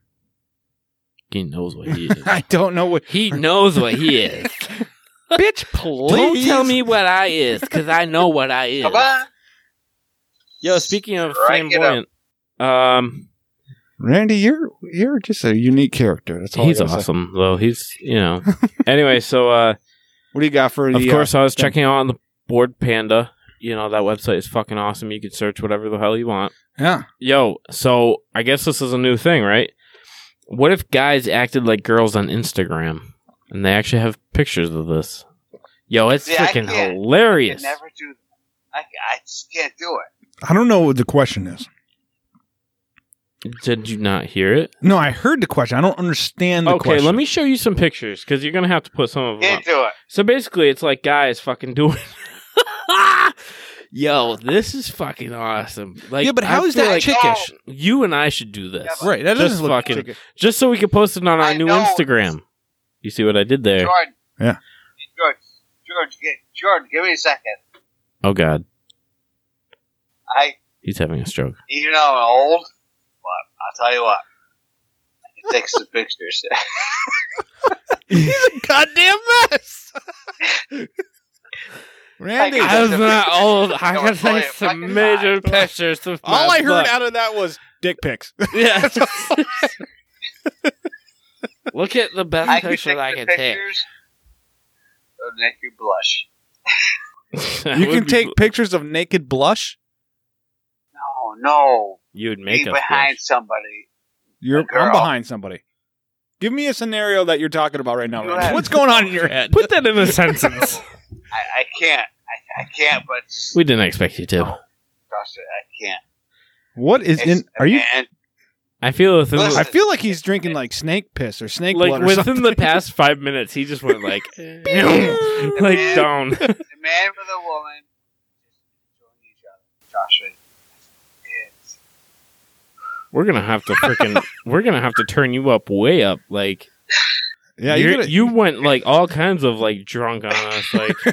B: He knows what he is.
A: <laughs> I don't know what.
B: he knows what he is.
A: <laughs> Bitch, please.
B: Don't tell me what I is, because I know what I is.
C: Come on.
B: Yo, speaking of
C: Strike it
B: flamboyant, um,
A: Randy, you're you're just a unique character. That's all I
B: he's
A: gotta say.
B: awesome though. He's
A: <laughs>
B: you know. anyway, so uh,
A: What do you got for the?
B: of
A: uh,
B: course I was
A: thing.
B: checking out on the board panda. You know that website is fucking awesome. You can search whatever the hell you want.
A: yeah.
B: Yo, so I guess this is a new thing, right? What if guys acted like girls on Instagram and they actually have pictures of this? Yo, it's
C: See, I
B: freaking
C: can't- I can
B: hilarious.
C: never do that. I, I just can't do it.
A: I don't know what the question is.
B: Did you not hear it?
A: No, I heard the question. I don't understand the
B: okay,
A: question.
B: let me show you some pictures because you're gonna have to put some of them.
C: Can't
B: Up.
C: do it.
B: So basically, it's like guys fucking doing. <laughs> Yo, this is fucking awesome. Like,
A: yeah, but
B: how
A: how
B: is
A: is that
B: like
A: chickish?
B: You and I should do this,
C: Oh. Yeah, but-
A: Right. That
B: Just
A: doesn't look
B: fucking-
A: chickish.
B: just so we can post it on our
C: I
B: new
C: know.
B: Instagram. You see what I did there?
C: Jordan.
A: Yeah.
C: George, George, get, George, give me a second.
B: Oh God,
C: I,
B: he's having a stroke.
C: you know, I'm old, but I'll tell you what. I can take some <laughs> pictures.
A: He's a goddamn mess. Randy,
C: I was not
B: old.
C: I <laughs> No, gotta it's take probably a some fucking major lie.
B: pictures. Of
A: all I heard out of that was dick
B: <laughs>
A: pics.
B: yeah. <laughs> Look at the best
C: I can
B: picture
C: take
B: I
C: the
B: can take.
C: pictures. That'll make you blush.
B: <laughs>
A: you can take pictures of naked blush.
C: No, Oh, no.
B: You would make
C: Be
B: up
C: behind somebody.
A: You're I'm
C: girl.
A: behind somebody. Give me a scenario that you're talking about right now.
C: Go
A: Randy.
C: ahead.
A: What's going on in your head?
B: Put that in a
C: <laughs>
B: sentence.
C: I, I can't. I, I can't, but just
B: <laughs> we didn't expect you to.
C: trust it. I can't.
A: What is in?
C: It's-
A: Are you?
C: And
B: I feel within the-
A: I feel like he's drinking like snake piss or snake
B: like
A: blood or
B: within
A: something.
B: the past five minutes, he just went
C: <laughs>
B: like, <laughs> like <laughs>
C: Man.
B: down.
C: the man with a woman enjoying each other. eh? Joshua, it's
B: We're gonna have to <laughs> freaking. we're gonna have to turn you up way up. Like
A: yeah,
B: you're-
A: you're
B: you
A: gonna-
B: went like all kinds of like drunk on us. Like
A: <laughs>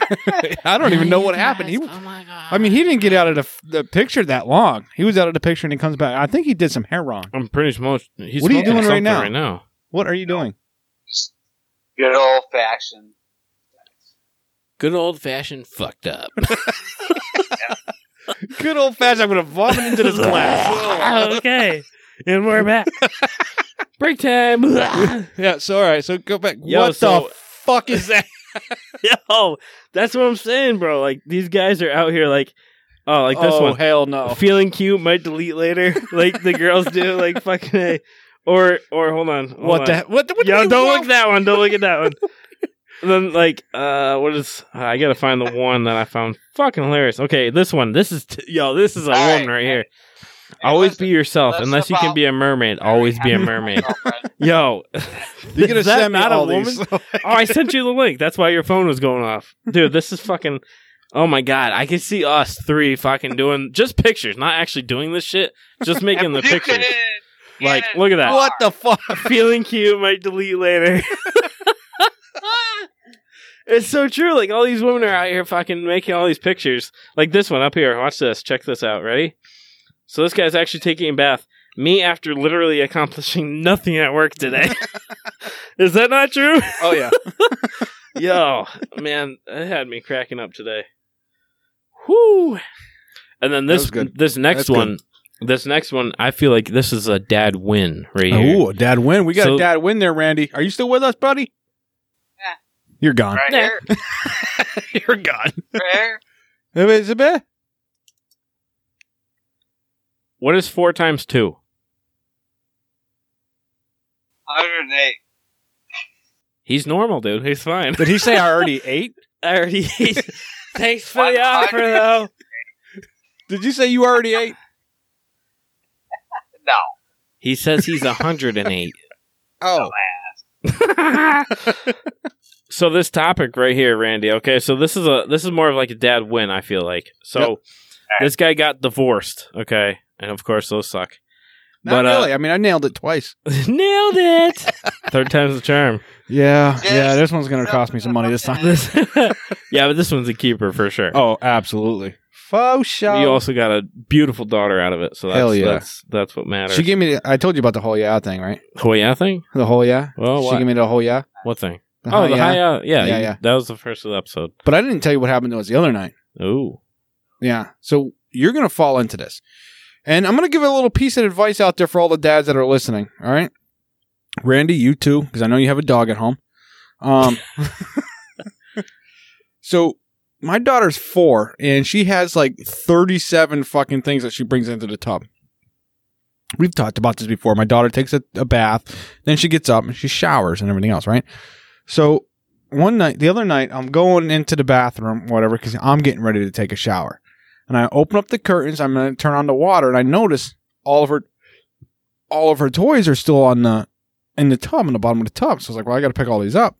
A: I don't even know what happened. He,
B: oh my god.
A: I mean, he didn't get out of the, f- the picture that long. He was out of the picture and he comes back. I think he did some hair wrong.
B: I'm pretty much. He's
A: What are you
B: smoking
A: doing right
B: something
A: now?
B: Right now.
A: What are you doing?
C: just good old fashioned.
B: Good old fashioned fucked up.
A: Good old fashioned. I'm gonna vomit into <laughs>
B: <laughs>
A: this glass.
B: Oh, okay, and we're back. <laughs> Break time. <laughs>
A: yeah. So all right. So go back.
B: Yo,
A: what the
B: so-
A: fuck is that?
B: Yo, that's what I'm saying, bro. Like these guys are out here, like, oh, like this
A: oh
B: one,
A: hell no.
B: feeling cute, might delete later, <laughs> like the girls do, like fucking, a. or or hold on, hold
A: What
B: on.
A: the? he- What? the- what
B: Yo,
A: do you
B: don't look
A: want?
B: at that one. Don't look at that one. And then like, uh, what is? I gotta find the one that I found fucking hilarious. Okay, this one. This is t- yo. This is a
C: All
B: one
C: right.
B: right here. Always be yourself,
C: that's
B: unless you can
C: about-
B: be a mermaid. Always be a
A: <laughs>
B: mermaid. <laughs> Yo,
A: You're gonna
B: is that
A: send me
B: not a
A: all
B: woman?
A: these. <laughs>
B: oh, I sent you the link. That's why your phone was going off. Dude, this is fucking. Oh my god, I can see us three fucking doing just pictures, not actually doing this shit, just making
C: <laughs>
B: the pictures. Like, look at that.
A: What the fuck?
B: Feeling cute, might delete later. <laughs> it's so true. Like, all these women are out here fucking making all these pictures. Like this one up here. Watch this. Check this out. Ready? So, this guy's actually taking a bath. Me after literally accomplishing <laughs> nothing at work today. is that not true?
A: Oh yeah.
B: Yo, man, it had me cracking up today. Whoo! And then
A: That
B: this
A: was good.
B: this next
A: That's good.
B: one, this next one, I feel like this is a dad win right here.
A: Oh, dad win. We got
B: So-
A: a dad win there, Randy. Are you still with us, buddy?
C: Yeah.
A: You're gone.
C: Right here,
B: <laughs> You're gone.
C: right here.
A: Elizabeth?
B: What is four times two?
C: 108.
B: He's normal, dude. He's fine.
A: Did he say I already <laughs> ate?
B: <laughs> I already. <laughs> Thanks for the
C: One
B: offer,
C: hundred.
B: though.
A: Did you say you already ate?
C: No,
B: He says he's hundred and eight.
A: Oh. <laughs>
B: so this topic right here, Randy. Okay, so this is a this is more of like a dad win. I feel like so.
A: Yep.
B: This guy got divorced. Okay, and of course those suck.
A: Not
B: But, uh,
A: really. I mean, I nailed it twice.
B: <laughs> Nailed it. Third time's the charm. <laughs>
A: Yeah.
C: Yes.
A: Yeah, this one's going to cost me some money this time.
B: This- yeah, but this one's a keeper for sure.
A: Oh, absolutely. Faux show.
B: You also got a beautiful daughter out of it, so that's
A: Hell yeah.
B: that's, that's what matters.
A: she gave me. The, I told you about the whole yeah thing, right?
B: oh yeah, thing.
A: The whole yeah. she
B: Well, Oh, what?
A: gave me the whole yeah.
B: What thing?
A: The
B: oh,
A: whole
B: the
A: yeah.
B: high. Uh, yeah,
A: Yeah,
B: you-
A: yeah.
B: That was the first of the episode.
A: But I didn't tell you what happened to us the other night.
B: Ooh,
A: Yeah. So you're going to fall into this. And I'm going to give a little piece of advice out there for all the dads that are listening. All right. Randy, you too, because I know you have a dog at home. Um, <laughs> so my daughter's four, and she has like 37 fucking things that she brings into the tub. We've talked about this before. My daughter takes a, a bath, then she gets up and she showers and everything else, right? So one night, the other night, I'm going into the bathroom, whatever, because I'm getting ready to take a shower. And I open up the curtains. I'm going to turn on the water, and I notice all of her, all of her toys are still on the, in the tub, in the bottom of the tub. So I was like, well, I got to pick all these up.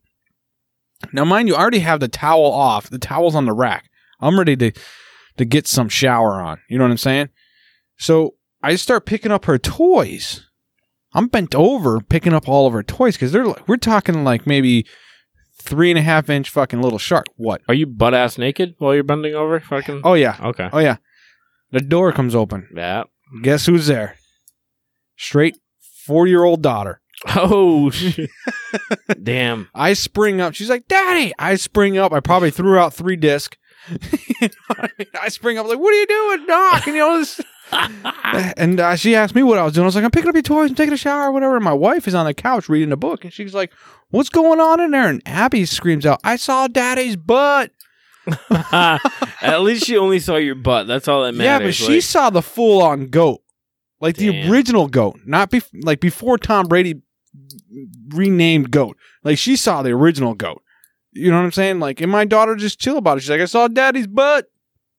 A: Now, mind you, I already have the towel off. The towel's on the rack. I'm ready to, to get some shower on. You know what I'm saying? So I start picking up her toys. I'm bent over picking up all of her toys because they're like, we're talking like maybe three and a half inch fucking little shark. What?
B: are you butt ass naked while you're bending over? Fucking.
A: Oh yeah.
B: Okay.
A: Oh yeah. The door comes open.
B: Yeah.
A: Guess who's there? Straight four year old daughter.
B: Oh shit. Damn. <laughs>
A: I spring up. She's like, Daddy. I spring up. I probably threw out three disc. <laughs> You know what I, mean? I spring up like, what are you doing, Doc? And you know this. and uh, she asked me what I was doing. I was like, I'm picking up your toys. I'm taking a shower, or whatever. And my wife is on the couch reading a book, and she's like, What's going on in there? And Abby screams out, I saw Daddy's butt.
B: At least she only saw your butt. That's all that
A: yeah,
B: matters.
A: but she saw the full on goat, like the
B: Damn.
A: original goat, not bef- like before Tom Brady renamed goat. Like she saw the original goat. You know what I'm saying? Like, and my daughter just chill about it. She's like, I saw Daddy's butt.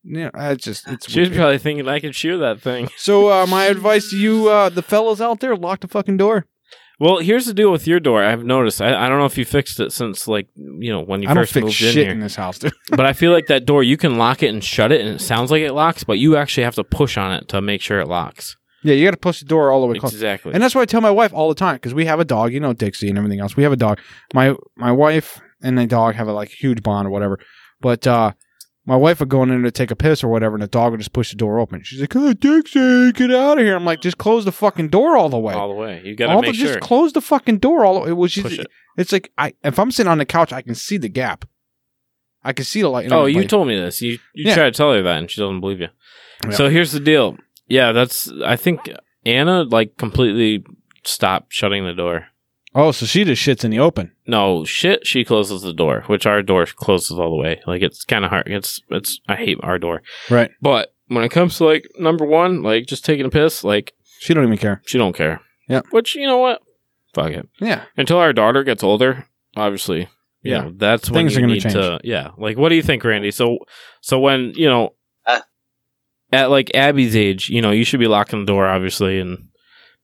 A: Yeah, it's just it's.
B: She was
A: weird.
B: probably thinking I could shear that thing.
A: so uh, my advice to you, uh, the fellas out there, lock the fucking door.
B: Well, here's the deal with your door. I've noticed. I, I don't know if you fixed it since like you know when you
A: I don't
B: first
A: fix
B: moved
A: shit
B: in
A: in,
B: here.
A: this house, dude.
B: but I feel like that door you can lock it and shut it, and it sounds like it locks, but you actually have to push on it to make sure it locks.
A: yeah, you got to push the door all the way close.
B: Exactly.
A: And that's why I tell my wife all the time because we have a dog, you know, Dixie and everything else. We have a dog. My my wife and the dog have a like huge bond or whatever. But uh my wife would go in there to take a piss or whatever, and the dog would just push the door open. She's like, "Oh, Dixie, get out of here!" I'm like, "Just close the fucking door all the way."
B: all the way. You gotta
A: All
B: make
A: the-
B: sure.
A: Just close the fucking door all the way. Well, she's,
B: Push it.
A: It's like I if I'm sitting on the couch, I can see the gap. I can see the light.
B: Oh, you told me this. You you
A: Yeah.
B: try to tell her that, and she doesn't believe you.
A: Yeah.
B: So here's the deal. Yeah, that's. I think Anna like completely stopped shutting the door.
A: Oh, so she just shits in the open.
B: No shit. She closes the door, which our door closes all the way. Like it's kind of hard. It's it's. I hate our door.
A: Right.
B: But when it comes to like number one, like just taking a piss, like
A: She don't even care.
B: she don't care.
A: Yeah.
B: Which you know what? Fuck it.
A: Yeah.
B: Until our daughter gets older, obviously. You
A: Yeah.
B: know, that's when
A: Things
B: you
A: are gonna
B: need
A: change.
B: to. Yeah. Like, what do you think, Randy? So, so when you know,
C: Uh.
B: at like Abby's age, you know, you should be locking the door, obviously, and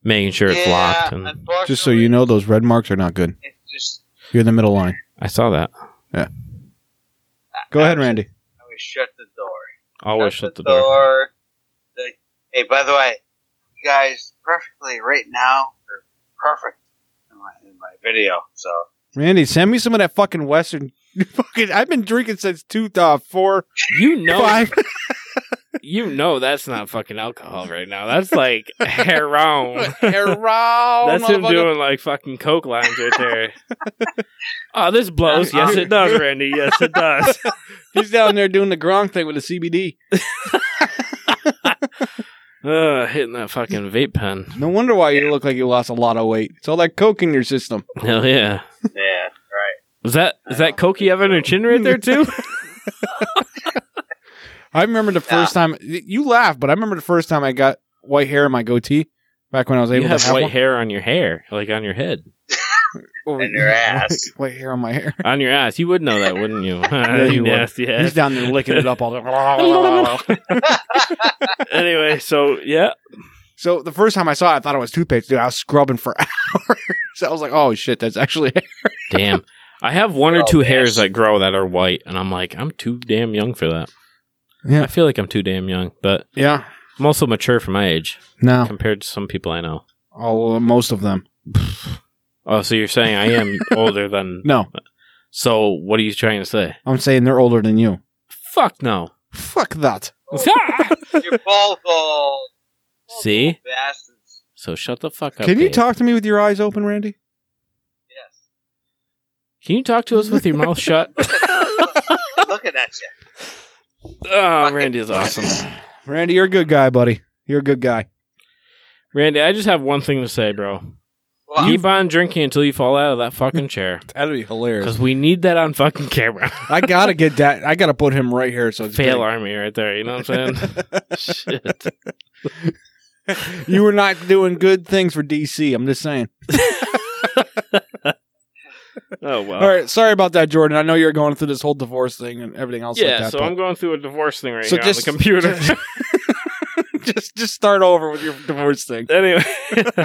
B: making sure it's locked. And
C: unfortunately,
A: Just so you know, those red marks are not good.
C: it's just
A: You're in the middle line.
B: I saw that.
A: Go ahead, Randy.
C: always shut the door.
B: Always shut the door.
C: The, hey, by the way, you guys perfectly right now are perfect in my, in my video.
B: <laughs>
C: So
A: Randy, send me some of that fucking Western. <laughs> Fucking, I've been drinking since two, uh, four,
B: You know,
A: five.
B: you know, that's not fucking alcohol right now. That's like <laughs>
A: <laughs>
B: heroin.
A: Around,
B: That's him
A: Oh, motherfucker.
B: doing like fucking coke lines right there.
A: <laughs>
B: oh, this blows. Yes, it does, Randy. Yes,
A: <laughs>
B: it does.
A: He's down there doing the Gronk thing with the CBD.
B: Ugh, hitting that fucking vape pen.
A: No wonder why you look like you lost a lot of weight. It's all that coke in your system.
B: Hell yeah.
C: yeah,
B: Is that is that Koki having her chin right there too?
A: I remember the first time you laughed, but I remember the first time I got white hair in my goatee. Back when I was
B: <laughs> you
A: able
B: have
A: to have
B: white
A: one.
B: hair on your hair, like on your head,
A: Oh,
C: in
B: <laughs>
C: your ass.
A: white hair on my hair.
B: on your ass. You would know that,
A: <laughs>
B: wouldn't you? <laughs>
A: you would.
B: Nasty ass.
A: He's down there licking it up all the.
B: <laughs>
A: <laughs>
B: anyway, so yeah,
A: so the first time I saw it, I thought it was toothpaste. Dude, I was scrubbing for <laughs> hours. I was like, "Oh shit, that's actually <laughs>
B: damn. I have one or
C: Oh,
B: two
C: man.
B: hairs that grow that are white, and I'm like, I'm too damn young for that.
A: Yeah.
B: I feel like I'm too damn young, but
A: yeah."
B: I'm also mature for my age
A: No,
B: compared to some people I know.
A: all uh, most of them.
B: Oh, so you're saying I
A: <laughs>
B: am older than?
A: No,
B: So what are you trying to say?
A: I'm saying they're older than you.
B: Fuck no.
A: Fuck that. Oh.
C: You're bald, bald
B: See?
C: bastards.
B: <laughs> So shut the fuck up.
A: Can you
B: Dave.
A: talk to me with your eyes open, Randy?
C: Yes.
B: Can you talk to us with
A: <laughs>
B: your mouth shut?
C: Looking at you.
B: oh, Randy is awesome.
A: Randy, you're a good guy, buddy. You're a good guy.
B: Randy, I just have one thing to say, bro.
C: Well, <sighs>
B: Keep on drinking until you fall out of that
A: <laughs>
B: fucking chair.
A: That'd be hilarious.
B: Because we need that on fucking camera. <laughs>
A: I gotta get that. I gotta put him right here. So it's
B: Fail army right there. You know
A: <laughs>
B: what I'm saying? <laughs> Shit.
A: big. You were not doing good things for DC. I'm just saying.
B: Oh, well.
A: All right, sorry about that, Jordan. I know you're going through this whole divorce thing and everything else.
B: Yeah,
A: like that,
B: so
A: but
B: I'm going through a divorce thing right
A: So
B: now
A: just-
B: on the
A: <laughs>
B: computer.
A: just just start over with your divorce thing.
B: anyway. <laughs>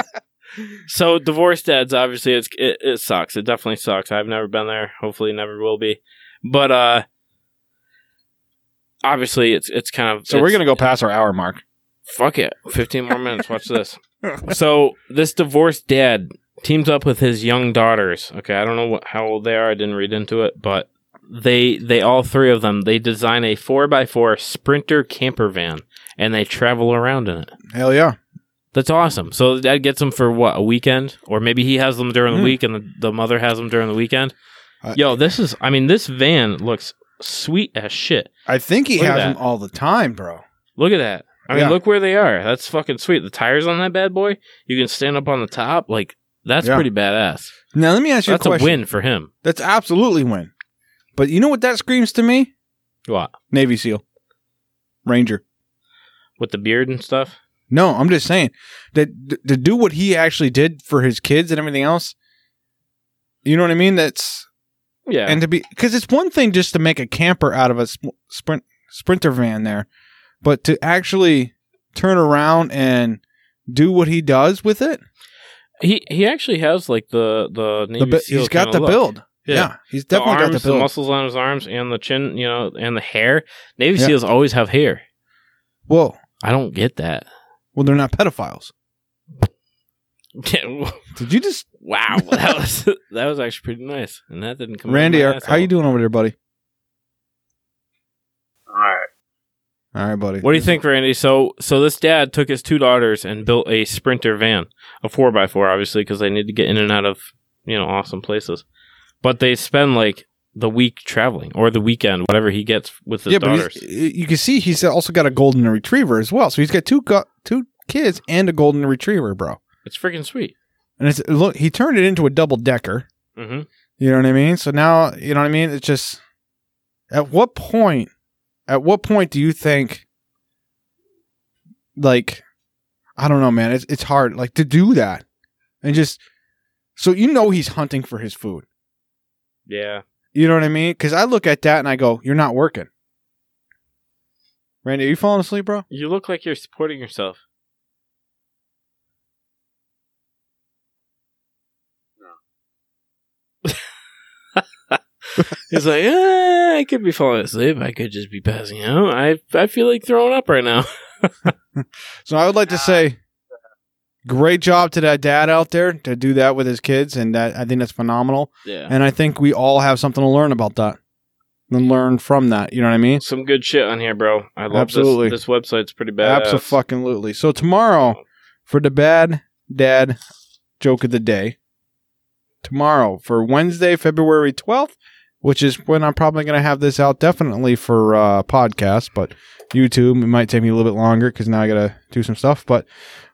B: so divorce dads obviously it's it, it sucks. It definitely sucks. I've never been there. Hopefully never will be. But uh obviously it's it's kind of
A: So we're
B: it's-
A: gonna go past our hour mark.
B: fuck it. 15 more minutes. Watch this. So this divorced dad teams up with his young daughters. Okay, I don't know what, how old they are. I didn't read into it, but they they all three of them they design a 4x4 Sprinter camper van and they travel around in it.
A: Hell yeah!
B: That's awesome. So the dad gets them for what a weekend, or maybe he has them during the
A: Hmm.
B: week, and the, the mother has them during the weekend.
A: I-
B: Yo, this is. I mean, this van looks sweet as shit.
A: I think he
B: Look at
A: has
B: that.
A: them all the time, bro.
B: Look at that. I mean,
A: Yeah.
B: look where they are. That's fucking sweet. The tires on that bad boy. You can stand up on the top. Like that's
A: Yeah.
B: pretty badass.
A: Now let me ask you
B: That's
A: a
B: a
A: question.
B: win for him.
A: That's absolutely win. But you know what that screams to me?
B: What
A: Navy SEAL, Ranger.
B: with the beard and stuff?
A: No, I'm just saying that th- to do what he actually did for his kids and everything else. You know what I mean? That's
B: Yeah,
A: and to be because it's one thing just to make a camper out of a sm- sprint sprinter van there, but to actually turn around and do what he does with it,
B: he he actually has like the the Navy
A: the bu-
B: SEAL
A: he's got
B: kinda
A: the
B: look.
A: build. Yeah.
B: Yeah.
A: he's definitely
B: the arms,
A: got the build.
B: muscles on his arms, and the chin. You know, and the hair. Navy
A: Yeah.
B: SEALs always have hair.
A: Whoa,
B: I don't get that. <laughs>
A: well they're not pedophiles. Did you just <laughs>
B: wow, that was that was actually pretty nice, and that didn't come. out of
A: Randy?
B: my
A: Are, how
B: asshole.
A: you doing over there, buddy?
C: all right.
A: All right, buddy.
B: What do you think, Randy? So, so this dad took his two daughters and built a sprinter van, a four x four, obviously, because they need to get in and out of you know awesome places. But they spend like the week traveling or the weekend, whatever he gets with his
A: yeah,
B: daughters.
A: but he's, you can see he's also got a golden retriever as well. So he's got two go- two kids and a golden retriever, bro.
B: It's freaking sweet.
A: And it's look, he turned it into a double decker.
B: hmm
A: You know what I mean? So now, you know what I mean? It's just at what point at what point do you think like I don't know, man. It's it's hard like to do that. And just so you know he's hunting for his food.
B: Yeah,
A: You know what I mean? Cuz I look at that and I go, "You're not working." Randy, are you falling asleep, bro?
B: you look like you're supporting yourself. He's like, "Eh, I could be falling asleep. I could just be passing out. I I feel like throwing up right now. <laughs>
A: So I would like to say great job to that dad out there to do that with his kids and that, I think that's phenomenal.
B: Yeah.
A: And I think we all have something to learn about that and learn from that. You know what I mean?
B: Some good shit on here, bro. I love
A: Absolutely.
B: this. This website's pretty bad.
A: Absolutely. So tomorrow for the bad dad joke of the day. Tomorrow for Wednesday, February twelfth, which is when I'm probably going to have this out definitely for uh, podcast, but YouTube it might take me a little bit longer because now I got to do some stuff. But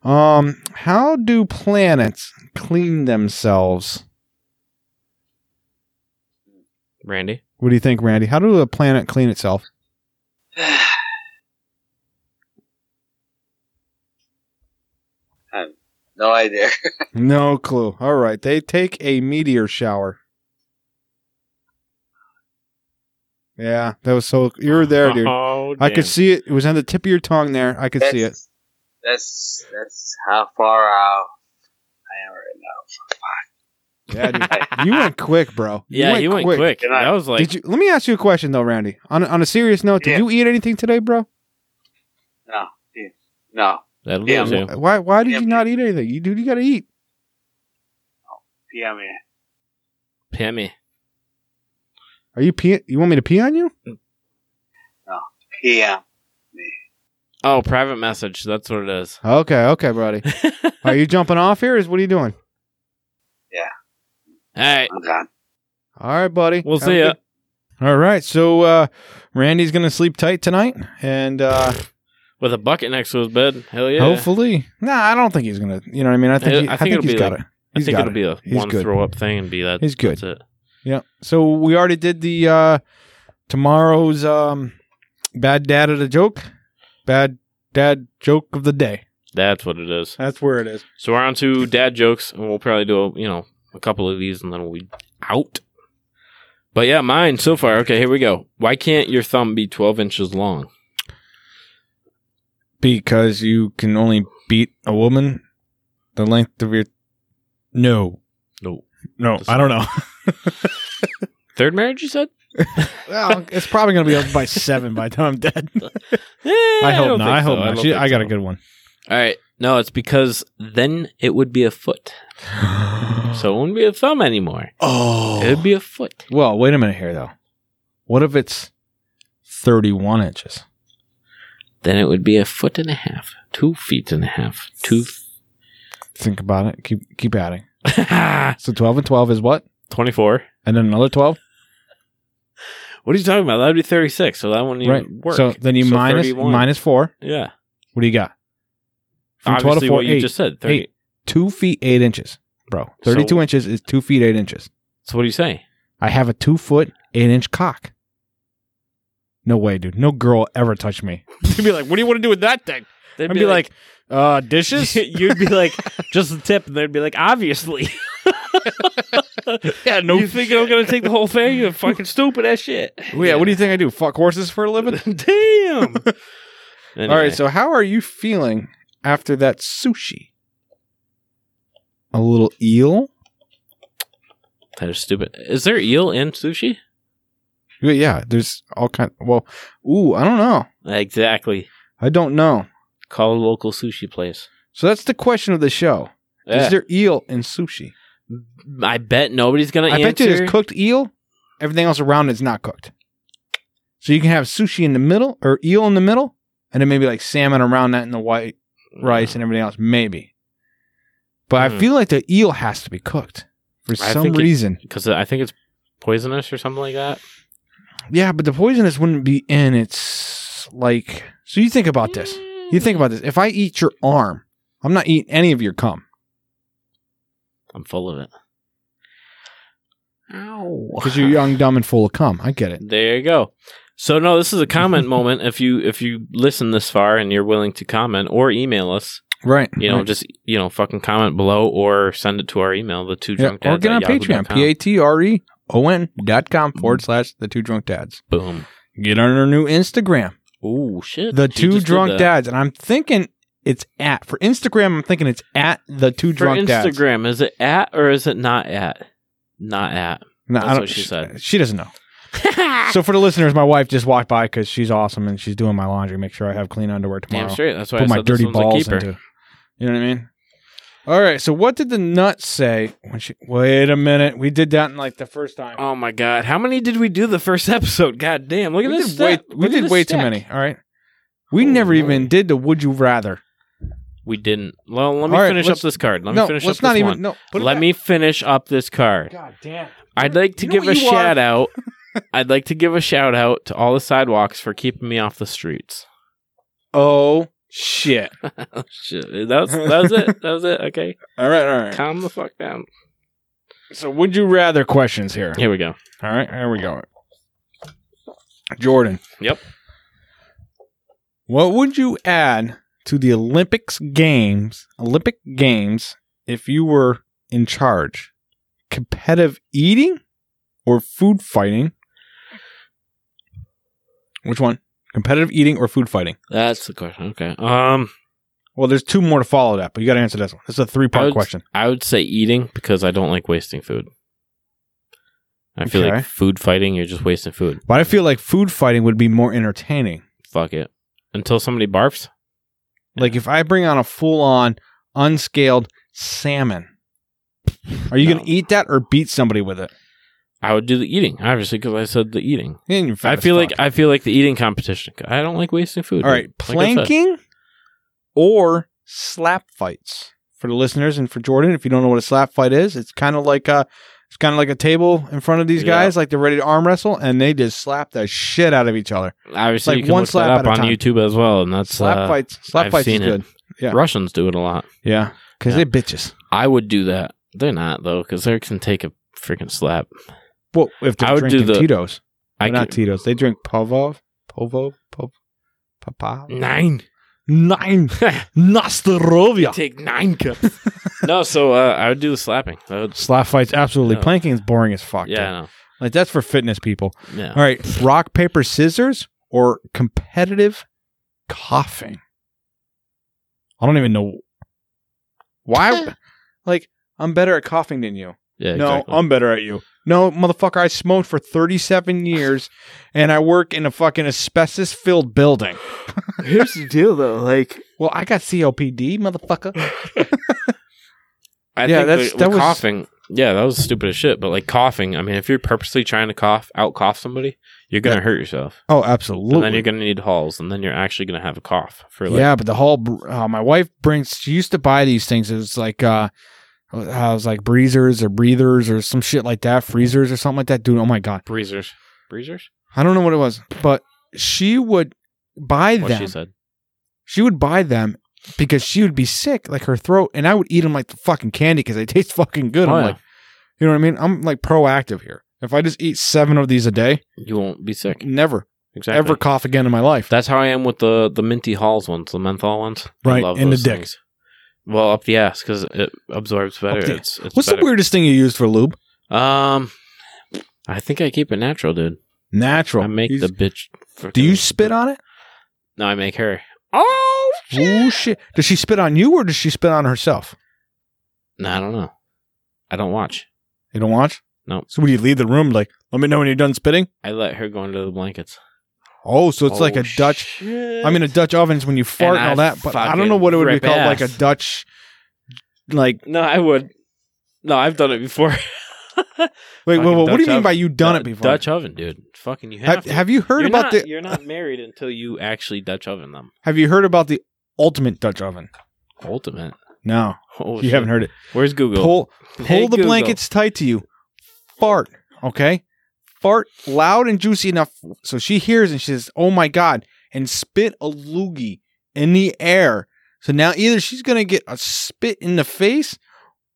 A: um, how do planets clean themselves?
B: Randy.
A: What do you think, Randy? How do a planet clean itself?
C: No idea.
A: No clue. All right, they take a meteor shower. Yeah, that was so. You were there, dude.
B: <laughs> Oh,
A: I
B: damn.
A: could see it. It was on the tip of your tongue there. I could see it.
C: That's- That's that's how far out I am right now.
A: Yeah, <laughs> dude. you
B: <laughs>
A: went quick, bro. You
B: Yeah, you went quick.
C: Good night.
B: That was like,
A: did you? Let me ask you a question though, Randy. On on a serious note, did
C: Yeah.
A: you eat anything today, bro?
C: No,
B: that
C: Yeah,
B: lose you.
A: Why why did
C: Yeah.
A: you not eat anything? You dude, you gotta eat.
C: PM in.
B: Pammy.
A: Are you pee? You want me to pee on you?
C: PM.
B: Oh, private message. That's what it is.
A: Okay, okay,
B: <laughs>
A: buddy. Are you jumping off here? Is what are you doing?
B: All right.
C: I'm done.
A: All right, buddy.
B: We'll
A: Have a
B: see ya.
A: good- All right. So uh, Randy's gonna sleep tight tonight, and uh,
B: With a bucket next to his bed. Hell yeah.
A: hopefully, nah, I don't think he's gonna. You know what I mean? I think
B: I-
A: he,
B: I
A: I
B: think
A: think,
B: it'll
A: he's
B: be
A: got
B: like-
A: it.
B: I
A: He's
B: think
A: got
B: it'll
A: it.
B: be a
A: He's
B: one
A: good.
B: throw up thing and be that.
A: He's good.
B: That's it.
A: Yeah. So we already did the uh, tomorrow's um, bad dad of the joke, bad dad joke of the day.
B: That's what it is.
A: That's where it is.
B: So we're on to dad jokes, and we'll probably do a, you know a couple of these, and then we'll be out. But yeah, mine so far. Okay, here we go. Why can't your thumb be twelve inches long?
A: Because you can only beat a woman the length of your. No.
B: No.
A: No, I don't know.
B: Third marriage, you said?
A: <laughs> well, it's probably going to be up by seven by the time I'm dead.
B: Eh,
A: <laughs> I hope
B: don't
A: not.
B: think
A: I
B: so.
A: hope not.
B: don't
A: She-
B: think
A: I got a
B: so.
A: good one.
B: All right. No, it's because then it would be a foot. So it wouldn't be a thumb anymore.
A: oh.
B: It would be a foot.
A: well, wait a minute here, though. What if it's 31 inches?
B: Then it would be a foot and a half, two feet and a half, two.
A: Think about it. Keep keep adding. <laughs>
B: Th- <laughs>
A: So 12 and 12 is what?
B: Twenty-four.
A: And then another 12?
B: What are you talking about? That'd be thirty-six. So that wouldn't even
A: right.
B: work.
A: So then you
B: So
A: minus-
B: 31.
A: minus 4.
B: yeah.
A: What do you got? From 12
B: Obviously,
A: to 4,
B: what you
A: eight.
B: just said. Thirty.
A: Eight. 2 feet 8 inches, bro. 32
B: So-
A: inches is 2 feet 8 inches.
B: So what do you say?
A: I have a 2 foot 8 inch cock. No way, dude. No girl ever touched me. She'd be like, what do you want to do with that thing?
B: They'd
A: I'd be, like, uh, dishes?
B: <laughs> you'd
A: <laughs>
B: be like, just the tip, and they'd be like, obviously.
A: yeah,
B: <laughs> you think I'm gonna take the whole thing? You're fucking stupid as
A: <laughs>
B: shit.
A: Yeah,
B: <laughs>
A: what do you think I do? Fuck horses for a living?
B: Damn.
A: All right, so how are you feeling after that sushi? A little eel?
B: that is stupid. Is there eel in sushi?
A: Yeah, Yeah, there's all kind. well, ooh, I don't know.
B: Exactly.
A: I don't know.
B: Call a local sushi place.
A: So that's the question of the show.
B: Yeah.
A: Is there eel in sushi?
B: I bet nobody's gonna
A: I
B: answer.
A: bet you there's cooked eel. Everything else around it's not cooked. So you can have sushi in the middle or eel in the middle, and then maybe like salmon around that and the white
B: Mm-hmm.
A: rice and everything else, maybe. But I
B: Hmm.
A: feel like the eel has to be cooked for
B: I
A: some
B: think it-
A: reason.
B: because I think it's poisonous or something like that.
A: yeah, but the poisonous wouldn't be in its like. So you think about this.
B: Mm.
A: You think about this. If I eat your arm, I'm not eating any of your cum.
B: I'm full of it. Ow.
A: Because you're young, dumb, and full of cum. I get it.
B: There you go. So no, this is
A: <laughs>
B: a comment moment. If you if you listen this far and you're willing to comment or email us,
A: Right.
B: you know,
A: right.
B: just you know, fucking comment below or send it to our email, the two
A: Yeah,
B: drunk
A: or
B: dads.
A: get on Patreon, P A T R E O N dot com
B: Mm-hmm.
A: forward slash the two drunk dads.
B: Boom.
A: Get on our new Instagram,
B: Ooh shit.
A: the
B: You
A: two
B: just did
A: drunk
B: that.
A: dads. And I'm thinking it's at, for Instagram, I'm thinking it's at the two
B: For
A: drunk dads.
B: Instagram, is it at or is it not at? Not at.
A: No,
B: That's what she said.
A: She doesn't
B: <laughs>
A: know. so for the listeners, my wife just walked by because she's awesome and she's doing my laundry. Make sure I have clean underwear tomorrow.
B: Damn straight. That's why I
A: Put my
B: said this
A: dirty
B: one's a
A: balls
B: keeper.
A: into. You know what I mean? All right. So what did the nut say when she? Wait a minute. We did that in like the first time.
B: Oh my god. How many did we do the first <laughs> episode? God damn. Look at
A: we
B: this.
A: did way,
B: stat.
A: we
B: Look at
A: did
B: this
A: way too
B: stack.
A: many. All right. We
B: Holy
A: never even
B: moly.
A: did the would you rather.
B: We didn't. Well, let me
A: All right,
B: finish up
A: let's-
B: this card. Let me
A: no,
B: finish
A: let's
B: up
A: not
B: this
A: even.
B: one.
A: No, put it
B: Let
A: back.
B: me finish up this card.
A: God damn.
B: I'd like to
A: You know
B: give
A: what
B: a
A: you are. <laughs>
B: shout out. I'd like to give a shout out to all the sidewalks for keeping me off the streets.
A: Oh shit.
B: Oh shit. That was that was it. That was <laughs> it. Okay.
A: All right. All right.
B: Calm the fuck down.
A: So would you rather questions here.
B: Here we go.
A: All right. Here we go. Jordan.
B: Yep.
A: What would you add to the Olympics games? Olympic games, if you were in charge, competitive eating or food fighting? Which one? Competitive eating or food fighting?
B: That's the question. Okay. Um
A: Well, there's two more to follow that, but you got to answer this one. This is a three
B: I
A: part
B: would-
A: question.
B: I would say eating because I don't like wasting food. I feel
A: Okay.
B: like food fighting, you're just wasting food.
A: But I feel like food fighting would be more entertaining.
B: Fuck it. Until somebody barfs.
A: Like if I bring on a full on unscaled salmon, are you
B: No.
A: going to eat that or beat somebody with it?
B: I would do the eating, obviously, because I said the eating.
A: And you're fat
B: I
A: as
B: feel
A: fuck.
B: like I feel like the eating competition. I don't like wasting food.
A: All right,
B: Like I said.
A: planking or slap fights for the listeners and for Jordan. If you don't know what a slap fight is, it's kind of like a, it's kind of like a table in front of these
B: Yeah.
A: guys, like they're ready to arm wrestle, and they just slap the shit out of each other.
B: Obviously,
A: like
B: you can
A: one
B: look
A: slap
B: that
A: at
B: up
A: a
B: on
A: time.
B: YouTube as well, and that's
A: Slap
B: uh,
A: fights, slap
B: I've
A: fights is
B: seen it.
A: good. yeah.
B: Russians do it a lot.
A: Yeah, because
B: Yeah.
A: they bitches.
B: I would do that. They're not though, because they can take a freaking slap.
A: Well, if they're
B: I would do
A: drinking
B: the-
A: Tito's,
B: I
A: They're not
B: could-
A: Tito's, they drink Pavov, Povo, Pov, Papa,
B: nine. <laughs>
A: Nine, Nastarovia.
B: Take nine cups.
A: <laughs>
B: no, so uh, I would do the slapping. I would,
A: Slap fights, absolutely.
B: No.
A: Planking is boring as fuck. dude.
B: yeah,
A: like that's for fitness people.
B: no, yeah.
A: All right, rock paper scissors or competitive coughing. I don't even know
B: <laughs>
A: why. like I'm better at coughing than you.
B: yeah
A: no,
B: exactly.
A: I'm better at you. No, motherfucker, I smoked for 37 years, and I work in a fucking asbestos-filled building. um,
B: Here's the deal, though. Like,
A: Well, I got COPD, motherfucker.
B: I
A: Yeah,
B: think
A: that's-
B: that,
A: that was-
B: coughing. Yeah, that was stupid as shit. But like coughing, I mean, if you're purposely trying to cough, out cough somebody, you're gonna
A: Yeah.
B: hurt yourself,
A: Oh,
B: and then
A: absolutely.
B: you're gonna need halls, and then you're actually gonna have a cough for like.
A: yeah, but the whole br- uh, my wife brings. She used to buy these things. It was like uh, uh, it was like breezers or breathers or some shit like that, freezers or something like that. Dude, oh my god,
B: Breezers, breezers.
A: I don't know what it was, but she would buy
B: What
A: them.
B: she
A: She,
B: said.
A: would buy them because she would be sick, like her throat, and I would eat them like the fucking candy because they taste fucking good.
B: Oh,
A: I'm
B: yeah.
A: like, you know what I mean? I'm like proactive here. If I just eat seven of these a day,
B: You won't be sick.
A: never
B: Exactly.
A: ever cough again in my life.
B: That's how I am with the the minty halls ones, the menthol ones. I
A: Right,
B: love
A: in the
B: those
A: dick.
B: things. Well, up the ass because it absorbs better.
A: Up the-
B: it's, it's
A: What's
B: better.
A: the weirdest thing you used for lube?
B: Um, I think I keep it natural, dude.
A: Natural.
B: I make
A: He's-
B: the bitch.
A: Do you spit on it?
B: No, I make her. Oh
A: Oh shit! Does she spit on you or does she spit on herself?
B: No, I don't know. I don't watch.
A: You don't watch?
B: No.
A: So when you leave the room, like, let me know when you're done spitting.
B: I let her go into the blankets.
A: Oh, so it's like
B: Oh,
A: a Dutch.
B: shit.
A: I mean, a Dutch oven is when you fart and,
B: I
A: all that, but I don't know
B: fucking
A: what it would be
B: rip
A: called, like a
B: ass.
A: Dutch, like.
B: no, I would. No, I've done it before.
A: Wait, wait,
B: Fucking
A: wait, what do you
B: Dutch
A: mean by
B: oven.
A: you
B: <laughs>
A: done it
B: Du-
A: before?
B: Dutch oven, dude. Fucking you have.
A: Have,
B: to.
A: have you heard
B: you're
A: about
B: not,
A: the?
B: You're not married until you actually Dutch oven them.
A: Have you heard about the ultimate Dutch oven?
B: Ultimate.
A: No,
B: Oh,
A: you haven't heard it.
B: Where's Google?
A: Pull, pull
B: Hey,
A: the
B: Google.
A: blankets tight to you. Fart, okay? Fart loud and juicy enough so she hears and she says, "Oh my god!" and spit a loogie in the air. So now either she's gonna get a spit in the face,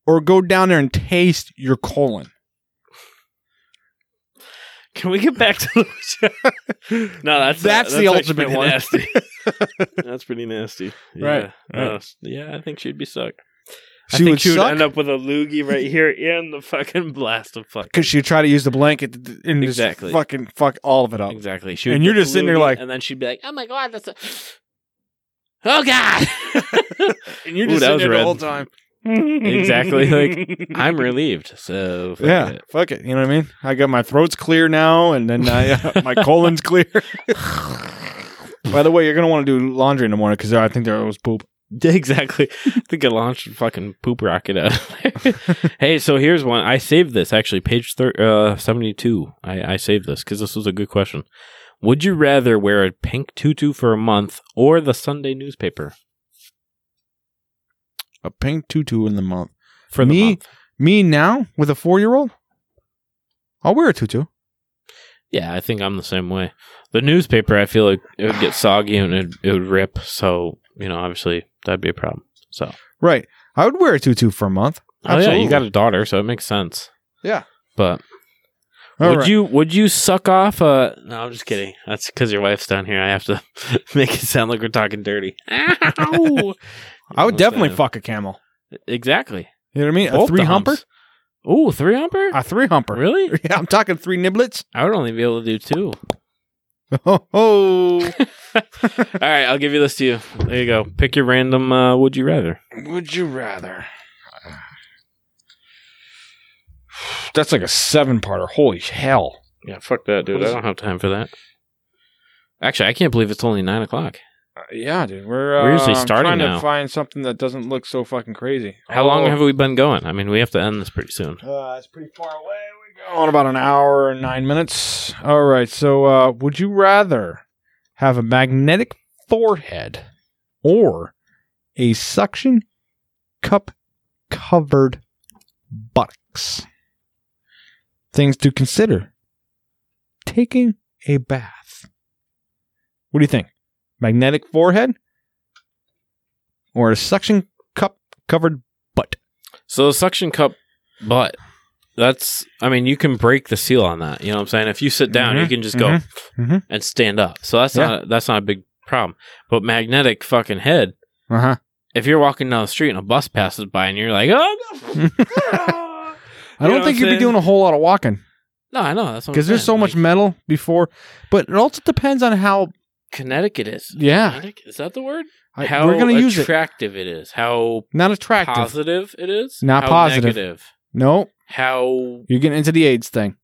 A: or go down there and taste your colon.
B: Can we get back to the
A: <laughs>
B: No, that's
A: That's the
B: actually
A: ultimate
B: pretty
A: one. <laughs>
B: Nasty. that's pretty nasty. Yeah.
A: Right, right.
B: Uh, yeah, I think she'd be stuck. I
A: She
B: think
A: would
B: she would
A: suck
B: end up with a loogie right here and the fucking blast of fuck.
A: because she'd try to use the blanket th- th- and
B: Exactly.
A: just fucking fuck all of it up.
B: Exactly. She
A: And
B: would
A: you're
B: get
A: just sitting there
B: loogie,
A: like-
B: and then she'd be like, "Oh my god, that's a, <gasps> oh god."
A: <laughs>
B: <laughs>
A: And you're
B: Ooh,
A: just sitting
B: that was
A: there the
B: red.
A: whole time.
B: Exactly,
A: <laughs>
B: like- I'm relieved. So fuck
A: yeah,
B: it.
A: fuck it. You know what I mean? I got my throat's clear now, and then I,
B: <laughs>
A: uh, my colon's clear. By the way, you're gonna want to do laundry in the morning because I think there was poop.
B: <laughs> Exactly. I think I launched a fucking poop rocket out. <laughs> hey, so here's one. I saved this actually, page thir- uh, 72. I, I saved this because this was a good question. Would you rather wear a pink tutu for a month or the Sunday newspaper
A: A pink tutu in the month.
B: for the
A: Me?
B: month?
A: Me now with a four year old, I'll wear a tutu.
B: Yeah, I think I'm the same way. The newspaper, I feel like it would get soggy and it, it would rip. So, you know, obviously that'd be a problem. So,
A: Right, I would wear a tutu for a month.
B: oh, yeah,
A: Absolutely.
B: you got a daughter, so it makes sense.
A: Yeah.
B: But
A: All
B: would
A: right.
B: you would you suck off a? No, I'm just kidding. That's because your wife's down here. I have to <laughs> make it sound like we're talking dirty. <laughs> Ow!
A: I would definitely
B: Understand.
A: fuck a camel.
B: Exactly.
A: You know what I mean?
B: Both
A: a three
B: the
A: humper,
B: humps. Ooh, three humper.
A: a three humper.
B: <laughs> really?
A: <laughs> Yeah, I'm talking three niblets. <laughs>
B: I would only be able to do two.
A: Oh, oh.
B: <laughs> All right, I'll give you this to you. There you go. Pick your random. Uh, would you rather?
A: Would you rather? That's like a seven parter. Holy hell.
B: Yeah, fuck that, dude. I don't have time for that. Actually, I can't believe it's only nine o'clock.
A: Uh, yeah, dude. We're, uh,
B: We're usually
A: I'm
B: starting
A: trying
B: now.
A: to find something that doesn't look so fucking crazy.
B: Oh.
A: Oh,
B: How long have we been going? I mean, we have to end this pretty soon.
A: Uh, it's pretty far away. We on about an hour and nine minutes. All right. So, uh, would you rather have a magnetic forehead or a suction cup covered buttocks? Things to consider taking a bath. What do you think? Magnetic forehead or a suction cup covered butt?
B: So the suction cup butt. That's I mean, you can break the seal on that. You know what I'm saying? If you sit down,
A: Mhm,
B: you can just go
A: mhm.
B: and stand up. So that's
A: Yeah.
B: not that's not a big problem. But magnetic fucking head,
A: Uh huh.
B: if you're walking down the street and a bus passes by and you're like, oh no.
A: <laughs> I don't
B: what
A: think
B: I'm
A: you'd be
B: saying?
A: doing a whole lot of walking
B: No, I know that's what I'm
A: because there's so
B: saying.
A: much
B: Like,
A: metal before. But it also depends on how.
B: Connecticut is.
A: Yeah,
B: Kinetic? Is that the word?
A: I-
B: how
A: we're gonna use it.
B: attractive it is. How
A: Not attractive.
B: positive it is.
A: Not
B: how
A: positive.
B: Negative.
A: No,
B: How
A: you're getting into the AIDS thing.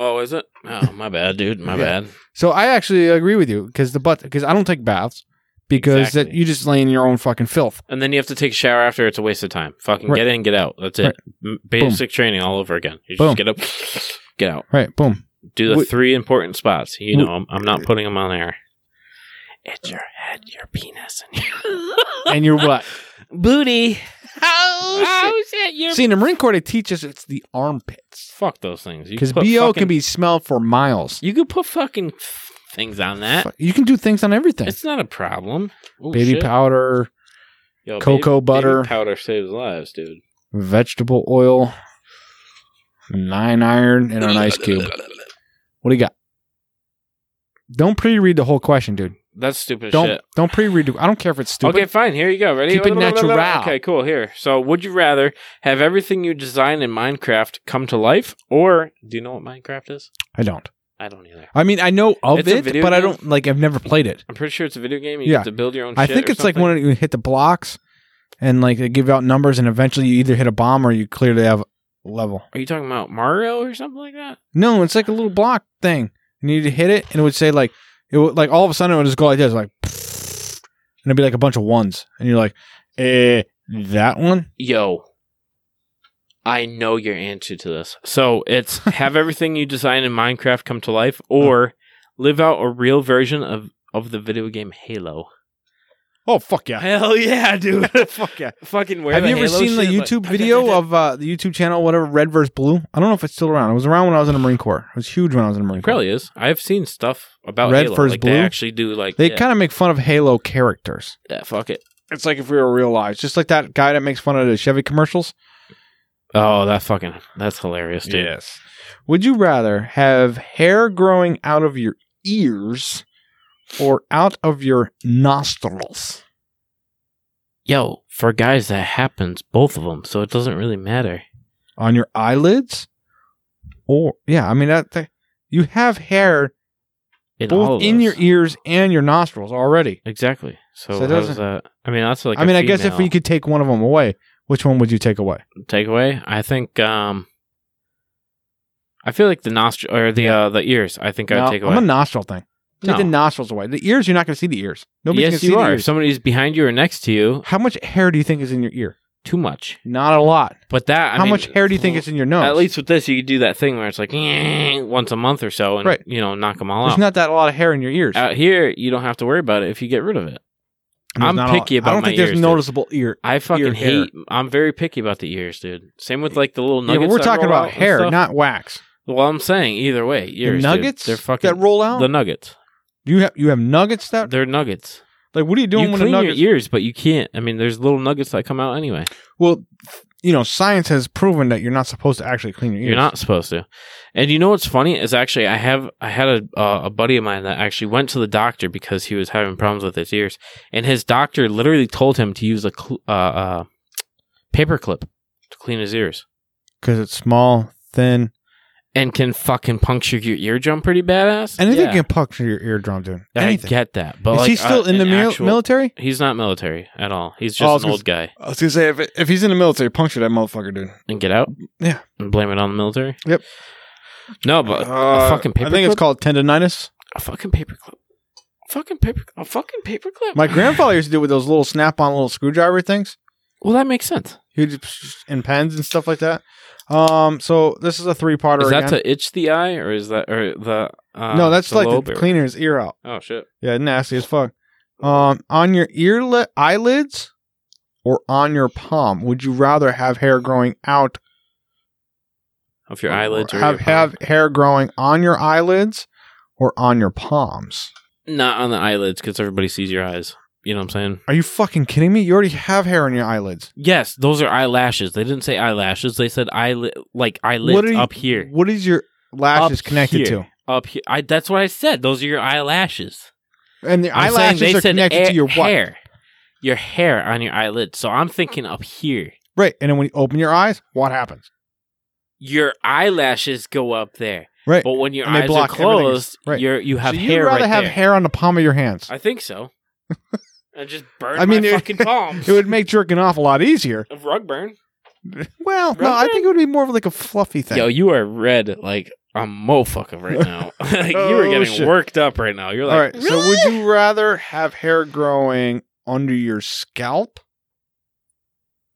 B: oh is it? Oh my bad, dude. My
A: Yeah.
B: bad.
A: So I actually agree with you because the butt because I don't take baths because that
B: Exactly.
A: you just lay in your own fucking filth.
B: And then you have to take a shower after. It's a waste of time. Fucking
A: Right.
B: get in, get out. That's
A: Right.
B: it. M Basic training all over again. You
A: Boom.
B: just get up, get out.
A: Right.
B: <laughs>
A: Boom.
B: Do the
A: Wh-
B: three important spots. You
A: Wh-
B: know, I'm, I'm not putting them on air. It's your head, your penis, and your
A: And your what?
B: booty.
A: oh,
B: shit! Your
A: See, in the Marine Corps, they teach us it's the armpits
B: fuck those things. You
A: because
B: put
A: BO
B: fucking-
A: can be smelled for miles.
B: You could put fucking things on that.
A: Fuck, You can do things on everything.
B: It's not a problem. Ooh,
A: Baby
B: shit.
A: powder,
B: Yo,
A: cocoa
B: baby-
A: butter.
B: baby powder saves lives, dude.
A: vegetable oil, nine iron, and an ice cube. What do you got? Don't pre-read the whole question, dude.
B: That's stupid
A: Don't
B: Oh, shit.
A: don't pre-read. the- I don't care if it's stupid.
B: Okay, fine. Here you go. Ready?
A: Keep it natural.
B: Okay, cool. Here. So, would you rather have everything you design in Minecraft come to life, or do you know what Minecraft is?
A: I don't.
B: I don't either.
A: I mean, I know of
B: It's a
A: it, but
B: video
A: I
B: game?
A: don't like. I've never played it.
B: I'm pretty sure it's a video game. You
A: Yeah.
B: have to build your own.
A: I
B: shit
A: think
B: or
A: it's like
B: something.
A: when you hit the blocks, and like they give out numbers, and eventually you either hit a bomb or you clearly have a level.
B: Are you talking about Mario or something like that?
A: No, it's like a little block thing, and you hit it, and it would say like it would like all of a sudden it would just go like this, like, and it'd be like a bunch of ones, and you're like, eh, that one.
B: Yo, I know your answer to this. So
A: <laughs>
B: it's have everything you design in Minecraft come to life, or live out a real version of of the video game Halo.
A: Oh fuck yeah!
B: Hell yeah, <laughs> dude!
A: Fuck yeah!
B: Fucking wear
A: Have
B: the
A: you ever
B: Halo
A: seen the
B: shit, like-
A: YouTube
B: <laughs>
A: video of uh, the YouTube channel, whatever Red vs Blue? I don't know if it's still around. It was around when I was in the Marine Corps. It was huge when I was in the Marine Corps.
B: Probably is. I've seen stuff about
A: Red
B: Halo.
A: versus
B: like
A: blue?
B: they actually do like
A: They
B: yeah,
A: kind of make fun of Halo characters.
B: yeah, fuck it.
A: It's like if we were real lives, just like that guy that makes fun of the Chevy commercials.
B: Oh, that fucking that's hilarious, dude.
A: Yes. Would you rather have hair growing out of your ears or out of your nostrils?
B: Yo, for guys that happens both of them, so it doesn't really matter.
A: On your eyelids? Or yeah, I mean that, that- you have hair
B: In all
A: both
B: of
A: in your
B: those.
A: ears and your nostrils already.
B: exactly. So,
A: So it
B: how does
A: doesn't-
B: that? I mean, that's like.
A: I mean, I guess if we could take one of them away, which one would you take away?
B: take away, I think. um I feel like the nostril or the uh, the ears. I think
A: No,
B: I'd take away.
A: I'm a nostril thing. Take
B: No.
A: the nostrils away. The ears, you're not going to see the ears. Nobody's going
B: yes,
A: to see
B: you
A: the
B: are. If
A: ears.
B: somebody's behind you or next to you,
A: How much hair do you think is in your ear?
B: too much.
A: Not a lot.
B: But that I
A: How
B: mean,
A: much hair do you think is in your nose?
B: At least with this, you could do that thing where it's like once a month or so, and
A: Right.
B: you know, knock them all
A: There's
B: out.
A: not that a lot of hair in your ears.
B: out here, you don't have to worry about it if you get rid of it.
A: There's
B: I'm
A: not a-
B: picky about
A: I don't
B: my
A: think there's
B: ears, dude.
A: noticeable ear.
B: I fucking
A: Ear hair.
B: hate. I'm very picky about the ears, dude. Same with like the little
A: Yeah,
B: nuggets.
A: but we're
B: that
A: talking
B: roll
A: about
B: out and
A: hair,
B: stuff.
A: not wax.
B: Well, I'm saying either way, ears. dude.
A: the nuggets
B: they're fucking
A: that roll out.
B: The nuggets.
A: you have you have nuggets that
B: They're nuggets.
A: like what are you doing
B: you
A: with the
B: clean
A: nuggets?
B: your ears, but you can't. I mean, there's little nuggets that come out anyway.
A: Well, you know, science has proven that you're not supposed to actually clean your ears.
B: You're not supposed to. And you know what's funny is actually I have I had a uh, a buddy of mine that actually went to the doctor because he was having problems with his ears, and his doctor literally told him to use a cl- uh, uh, paper clip to clean his ears,
A: because it's small, thin,
B: and can fucking puncture your eardrum pretty badass.
A: anything
B: Yeah.
A: can puncture your eardrum, dude.
B: I
A: Anything.
B: get that, but
A: Is
B: like,
A: he still
B: uh,
A: in the
B: an
A: mil-
B: actual-
A: military?
B: He's not military at all. He's
A: Oh, I was
B: just an
A: gonna
B: old guy.
A: I was gonna say if if he's in the military, puncture that motherfucker, dude.
B: And get out.
A: Yeah.
B: And blame it on the military.
A: Yep. Uh,
B: No, but a fucking paper.
A: I think it's called tendonitis.
B: a fucking paperclip. A fucking paper. A fucking paperclip. <laughs>
A: My grandfather used to do it with those little snap-on little screwdriver things.
B: Well, that makes sense.
A: Huge and pens and stuff like that. Um, so this is a three parter.
B: Is that
A: again.
B: to itch the eye, or is that or the? Uh,
A: no, that's
B: the
A: like
B: lobe
A: the
B: area?
A: cleaning his ear out.
B: Oh shit!
A: Yeah, nasty as fuck. Um, on your ear li- eyelids or on your palm, would you rather have hair growing out?
B: Of your eyelids, or
A: have
B: your palm?
A: have hair growing on your eyelids or on your palms?
B: not on the eyelids because everybody sees your eyes. You know what I'm saying?
A: Are you fucking kidding me? You already have hair on your eyelids.
B: Yes, those are eyelashes. They didn't say eyelashes. They said eyelid, like eyelids
A: are you-
B: up here,
A: What is your lashes
B: Up
A: connected
B: here. up here. I, that's what I said. Those are your eyelashes.
A: to? And the
B: I'm saying
A: eyelashes
B: they
A: are
B: said
A: connected
B: air-
A: to your what?
B: hair, your hair on your eyelids. So I'm thinking up here.
A: Right. And then when you open your eyes, what happens?
B: Your eyelashes go up there,
A: Right.
B: but when your
A: And they
B: eyes are
A: block everything.
B: closed,
A: Right.
B: you're, you have
A: so you'd
B: hair
A: rather
B: right
A: have
B: there.
A: hair on the palm of your hands.
B: I
A: <laughs>
B: think so. I just burned
A: I mean, <laughs>
B: my
A: it-
B: fucking palms.
A: It would make jerking off a lot easier.
B: Of rug burn.
A: Well, no, I think it would be more of like a fluffy thing.
B: Yo, you are red like a
A: <laughs>
B: mofucker right now. <laughs> like, you are
A: Oh,
B: getting
A: shit.
B: worked up right now. You're
A: All
B: like,
A: right. So would you rather have hair growing under your scalp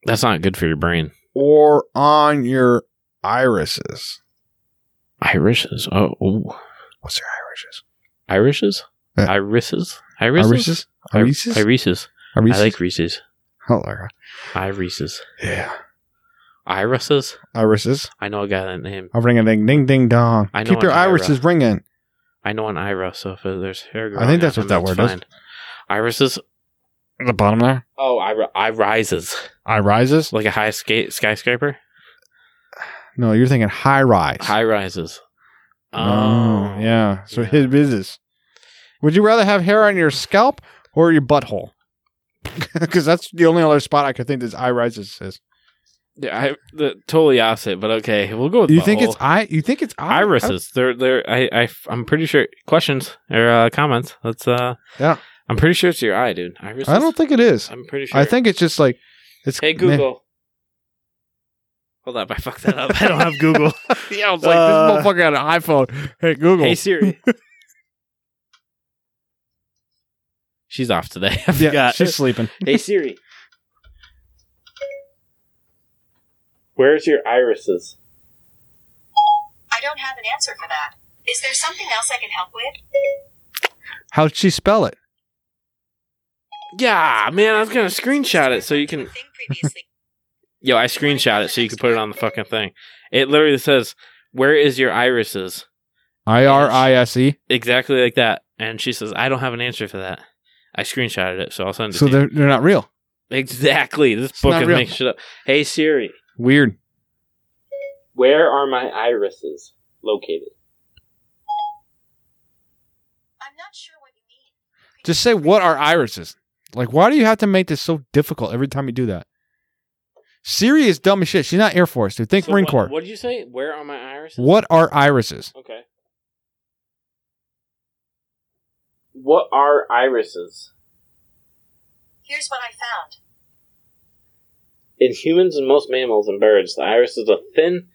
B: that's not good for your brain.
A: or on your irises?
B: Irises. Oh, ooh.
A: What's your irises?
B: irises.
A: Yeah.
B: Irises. Irises. Ir-
A: Irises?
B: Irises. I like Reese's.
A: Oh, Lara.
B: Irises.
A: Yeah.
B: Irises.
A: Irises.
B: I know a guy that name.
A: I'll ring a ding ding ding dong.
B: I know
A: Keep your
B: an Ira.
A: irises ringing.
B: I know an Ira, so if there's hair growing
A: I think that's
B: out,
A: what that
B: then
A: word is.
B: fine. Irises.
A: The bottom there.
B: Oh, I, ri- I rises.
A: I rises.
B: Like a high skate skyscraper.
A: No, you're thinking high rise.
B: High rises.
A: Oh,
B: Oh.
A: yeah. So
B: yeah.
A: his business. Would you rather have hair on your scalp or your butthole? <laughs> Because that's the only other spot I could think this eye rises is.
B: Yeah, I, the totally opposite, but okay, we'll go with
A: You think
B: butthole.
A: it's eye? You think it's eye?
B: irises? They're they're I I I'm pretty sure questions or uh, comments. That's uh
A: Yeah.
B: I'm pretty sure it's your eye, dude. Irises.
A: I, I don't think it is.
B: I'm pretty sure.
A: I think it's just like it's.
B: Hey Google. Hold up, I fucked
A: <laughs>
B: that up. I don't have Google. <laughs> yeah, I was
A: It's like
B: uh,
A: this motherfucker had an iPhone. Hey Google. <laughs>
B: Hey Siri. She's off today. <laughs> I
A: yeah,
B: forgot.
A: she's sleeping.
B: hey <laughs> Siri. Where's your irises?
E: I don't have an answer for that. Is there something else I can help with?
A: How'd she spell it?
B: Yeah, man, I was gonna screenshot it so you can
E: Thing previously.
B: <laughs> Yo, I screenshot it so you can put it on the fucking thing. It literally says, "Where is your irises?"
A: I R I S E.
B: Exactly like that. And she says, "I don't have an answer for that." I screenshotted it, so I'll send it.
A: So
B: to you.
A: they're they're not real.
B: <laughs> exactly this
A: It's
B: book
A: not
B: is
A: real.
B: making shit up. Hey Siri,
A: Weird.
B: where are my irises located?
E: I'm not sure what you mean. Could
A: Just
E: you-
A: say what are irises? Like, why do you have to make this so difficult every time you do that? Siri is dumb as shit. She's not Air Force, dude. Think
B: So
A: Marine
B: what,
A: Corps.
B: What did you say? Where are my irises?
A: What are irises?
B: Okay. What are irises?
E: Here's what I found.
B: In humans and most mammals and birds, the iris is a thin,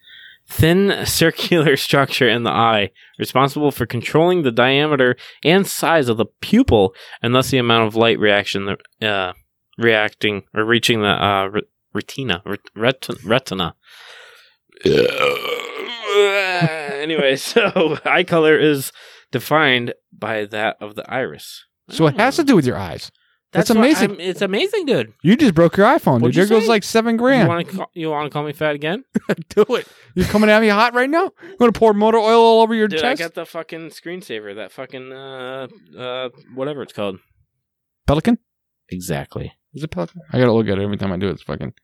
B: thin circular <laughs> structure in the eye, responsible for controlling the diameter and size of the pupil, and thus the amount of light reaction that uh, reacting or reaching the uh, re- retina, re- retin- retina. anyway, <laughs> so eye color is defined by that of the iris.
A: So it
B: Oh.
A: has to do with your eyes. That's
B: what
A: amazing.
B: I'm- It's amazing, dude.
A: You just broke your iPhone,
B: What'd
A: dude.
B: you
A: There goes
B: say?
A: like seven
B: You
A: grand.
B: want to you want to call me fat again?
A: <laughs> do it. You're coming at me hot right now. You want to pour motor oil all over your
B: Dude,
A: chest?
B: I got the fucking screensaver, that fucking uh uh whatever it's called.
A: Pelican?
B: Exactly.
A: Is it Pelican? I gotta look at it every time I do it. It's fucking.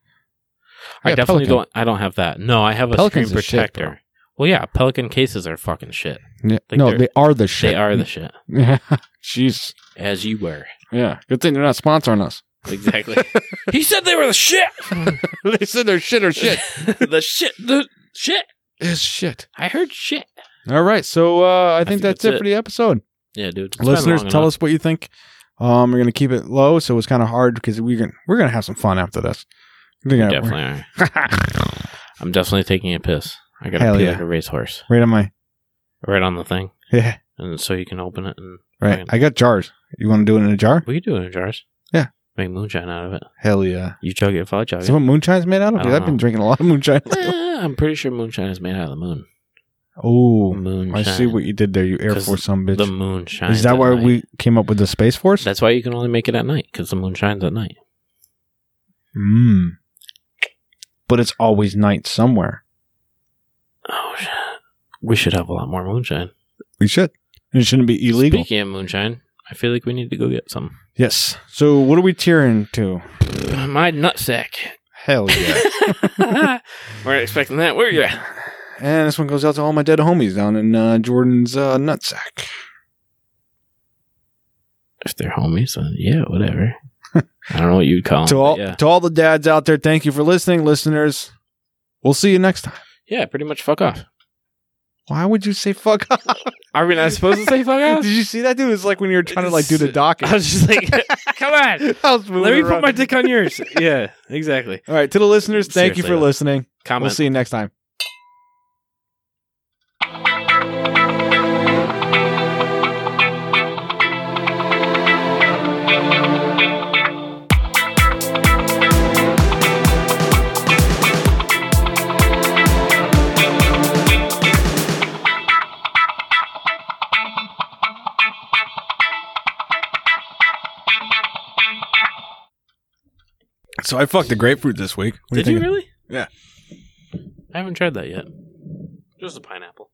B: I
A: Yeah,
B: definitely
A: Pelican.
B: don't I don't have that. No, I have a
A: Pelican's
B: screen
A: the shit,
B: protector. well yeah, pelican cases are fucking shit.
A: Yeah.
B: Like
A: no,
B: they're-
A: they are the shit.
B: They are the shit.
A: <laughs> Yeah. Jeez.
B: As you
A: <laughs>
B: were.
A: Yeah. Good thing they're not sponsoring us.
B: Exactly. <laughs> he said they were the shit.
A: <laughs> they said they're shit or shit.
B: <laughs> the shit the shit.
A: <laughs> it's shit.
B: I heard shit.
A: All right. So uh, I, think
B: think
A: that's,
B: that's
A: it,
B: it.
A: for the episode.
B: Yeah, dude.
A: Listeners, tell us what you think. Um, we're gonna keep it low, so it's kind of hard because we're gonna we're gonna have some fun after this. We're gonna- <laughs>
B: Definitely are. I'm definitely taking a piss. I gotta
A: Hell
B: pee
A: yeah.
B: like a racehorse.
A: right on my
B: Right on the thing.
A: yeah.
B: And so you can open it and
A: Right. I got jars. You want to do it in a jar?
B: we can do it in jars.
A: Yeah.
B: Make moonshine out of it.
A: Hell yeah.
B: You chug it if I chug
A: Is
B: it.
A: that what moonshine's made out of?
B: I
A: 'Cause
B: don't
A: I've been
B: know.
A: drinking a lot of
B: <laughs>
A: moonshine.
B: Eh, I'm pretty sure moonshine is made out of the moon.
A: oh,
B: Moonshine.
A: I see what you did there. You Air
B: 'Cause
A: Force some
B: The
A: bitch.
B: moon shines.
A: Is that
B: at
A: why
B: night.
A: we came up with the Space Force?
B: That's why you can only make it at night because the moon shines at night.
A: Mm. But it's always night somewhere.
B: Oh shit! We should have a lot more moonshine.
A: We should. It shouldn't be illegal.
B: Speaking of moonshine, I feel like we need to go get some.
A: Yes. So what are we tearing to?
B: My nutsack.
A: Hell yeah.
B: <laughs> We're expecting that. Where you at?
A: <laughs> and this one goes out to all my dead homies down in uh, Jordan's uh, nutsack.
B: If they're homies, then yeah, whatever. <laughs> I don't know what you'd call them.
A: to all
B: yeah.
A: to all the dads out there, thank you for listening, listeners. We'll see you next time.
B: yeah, pretty much fuck off.
A: Why would you say fuck off?
B: Are we not supposed to say fuck <laughs>
A: Did you see that dude? It's like when you were trying to like do the
B: I
A: docket.
B: was just like, <laughs> come on.
A: <laughs> I was moving
B: Let me
A: around.
B: put my dick on yours. <laughs> Yeah, exactly.
A: All right, to the listeners, thank
B: Seriously,
A: you for
B: though.
A: listening.
B: Comment.
A: We'll see you next time. So I fucked a grapefruit this week. What do
B: Did you
A: think?
B: really?
A: Yeah.
B: I haven't tried that yet. Just a pineapple.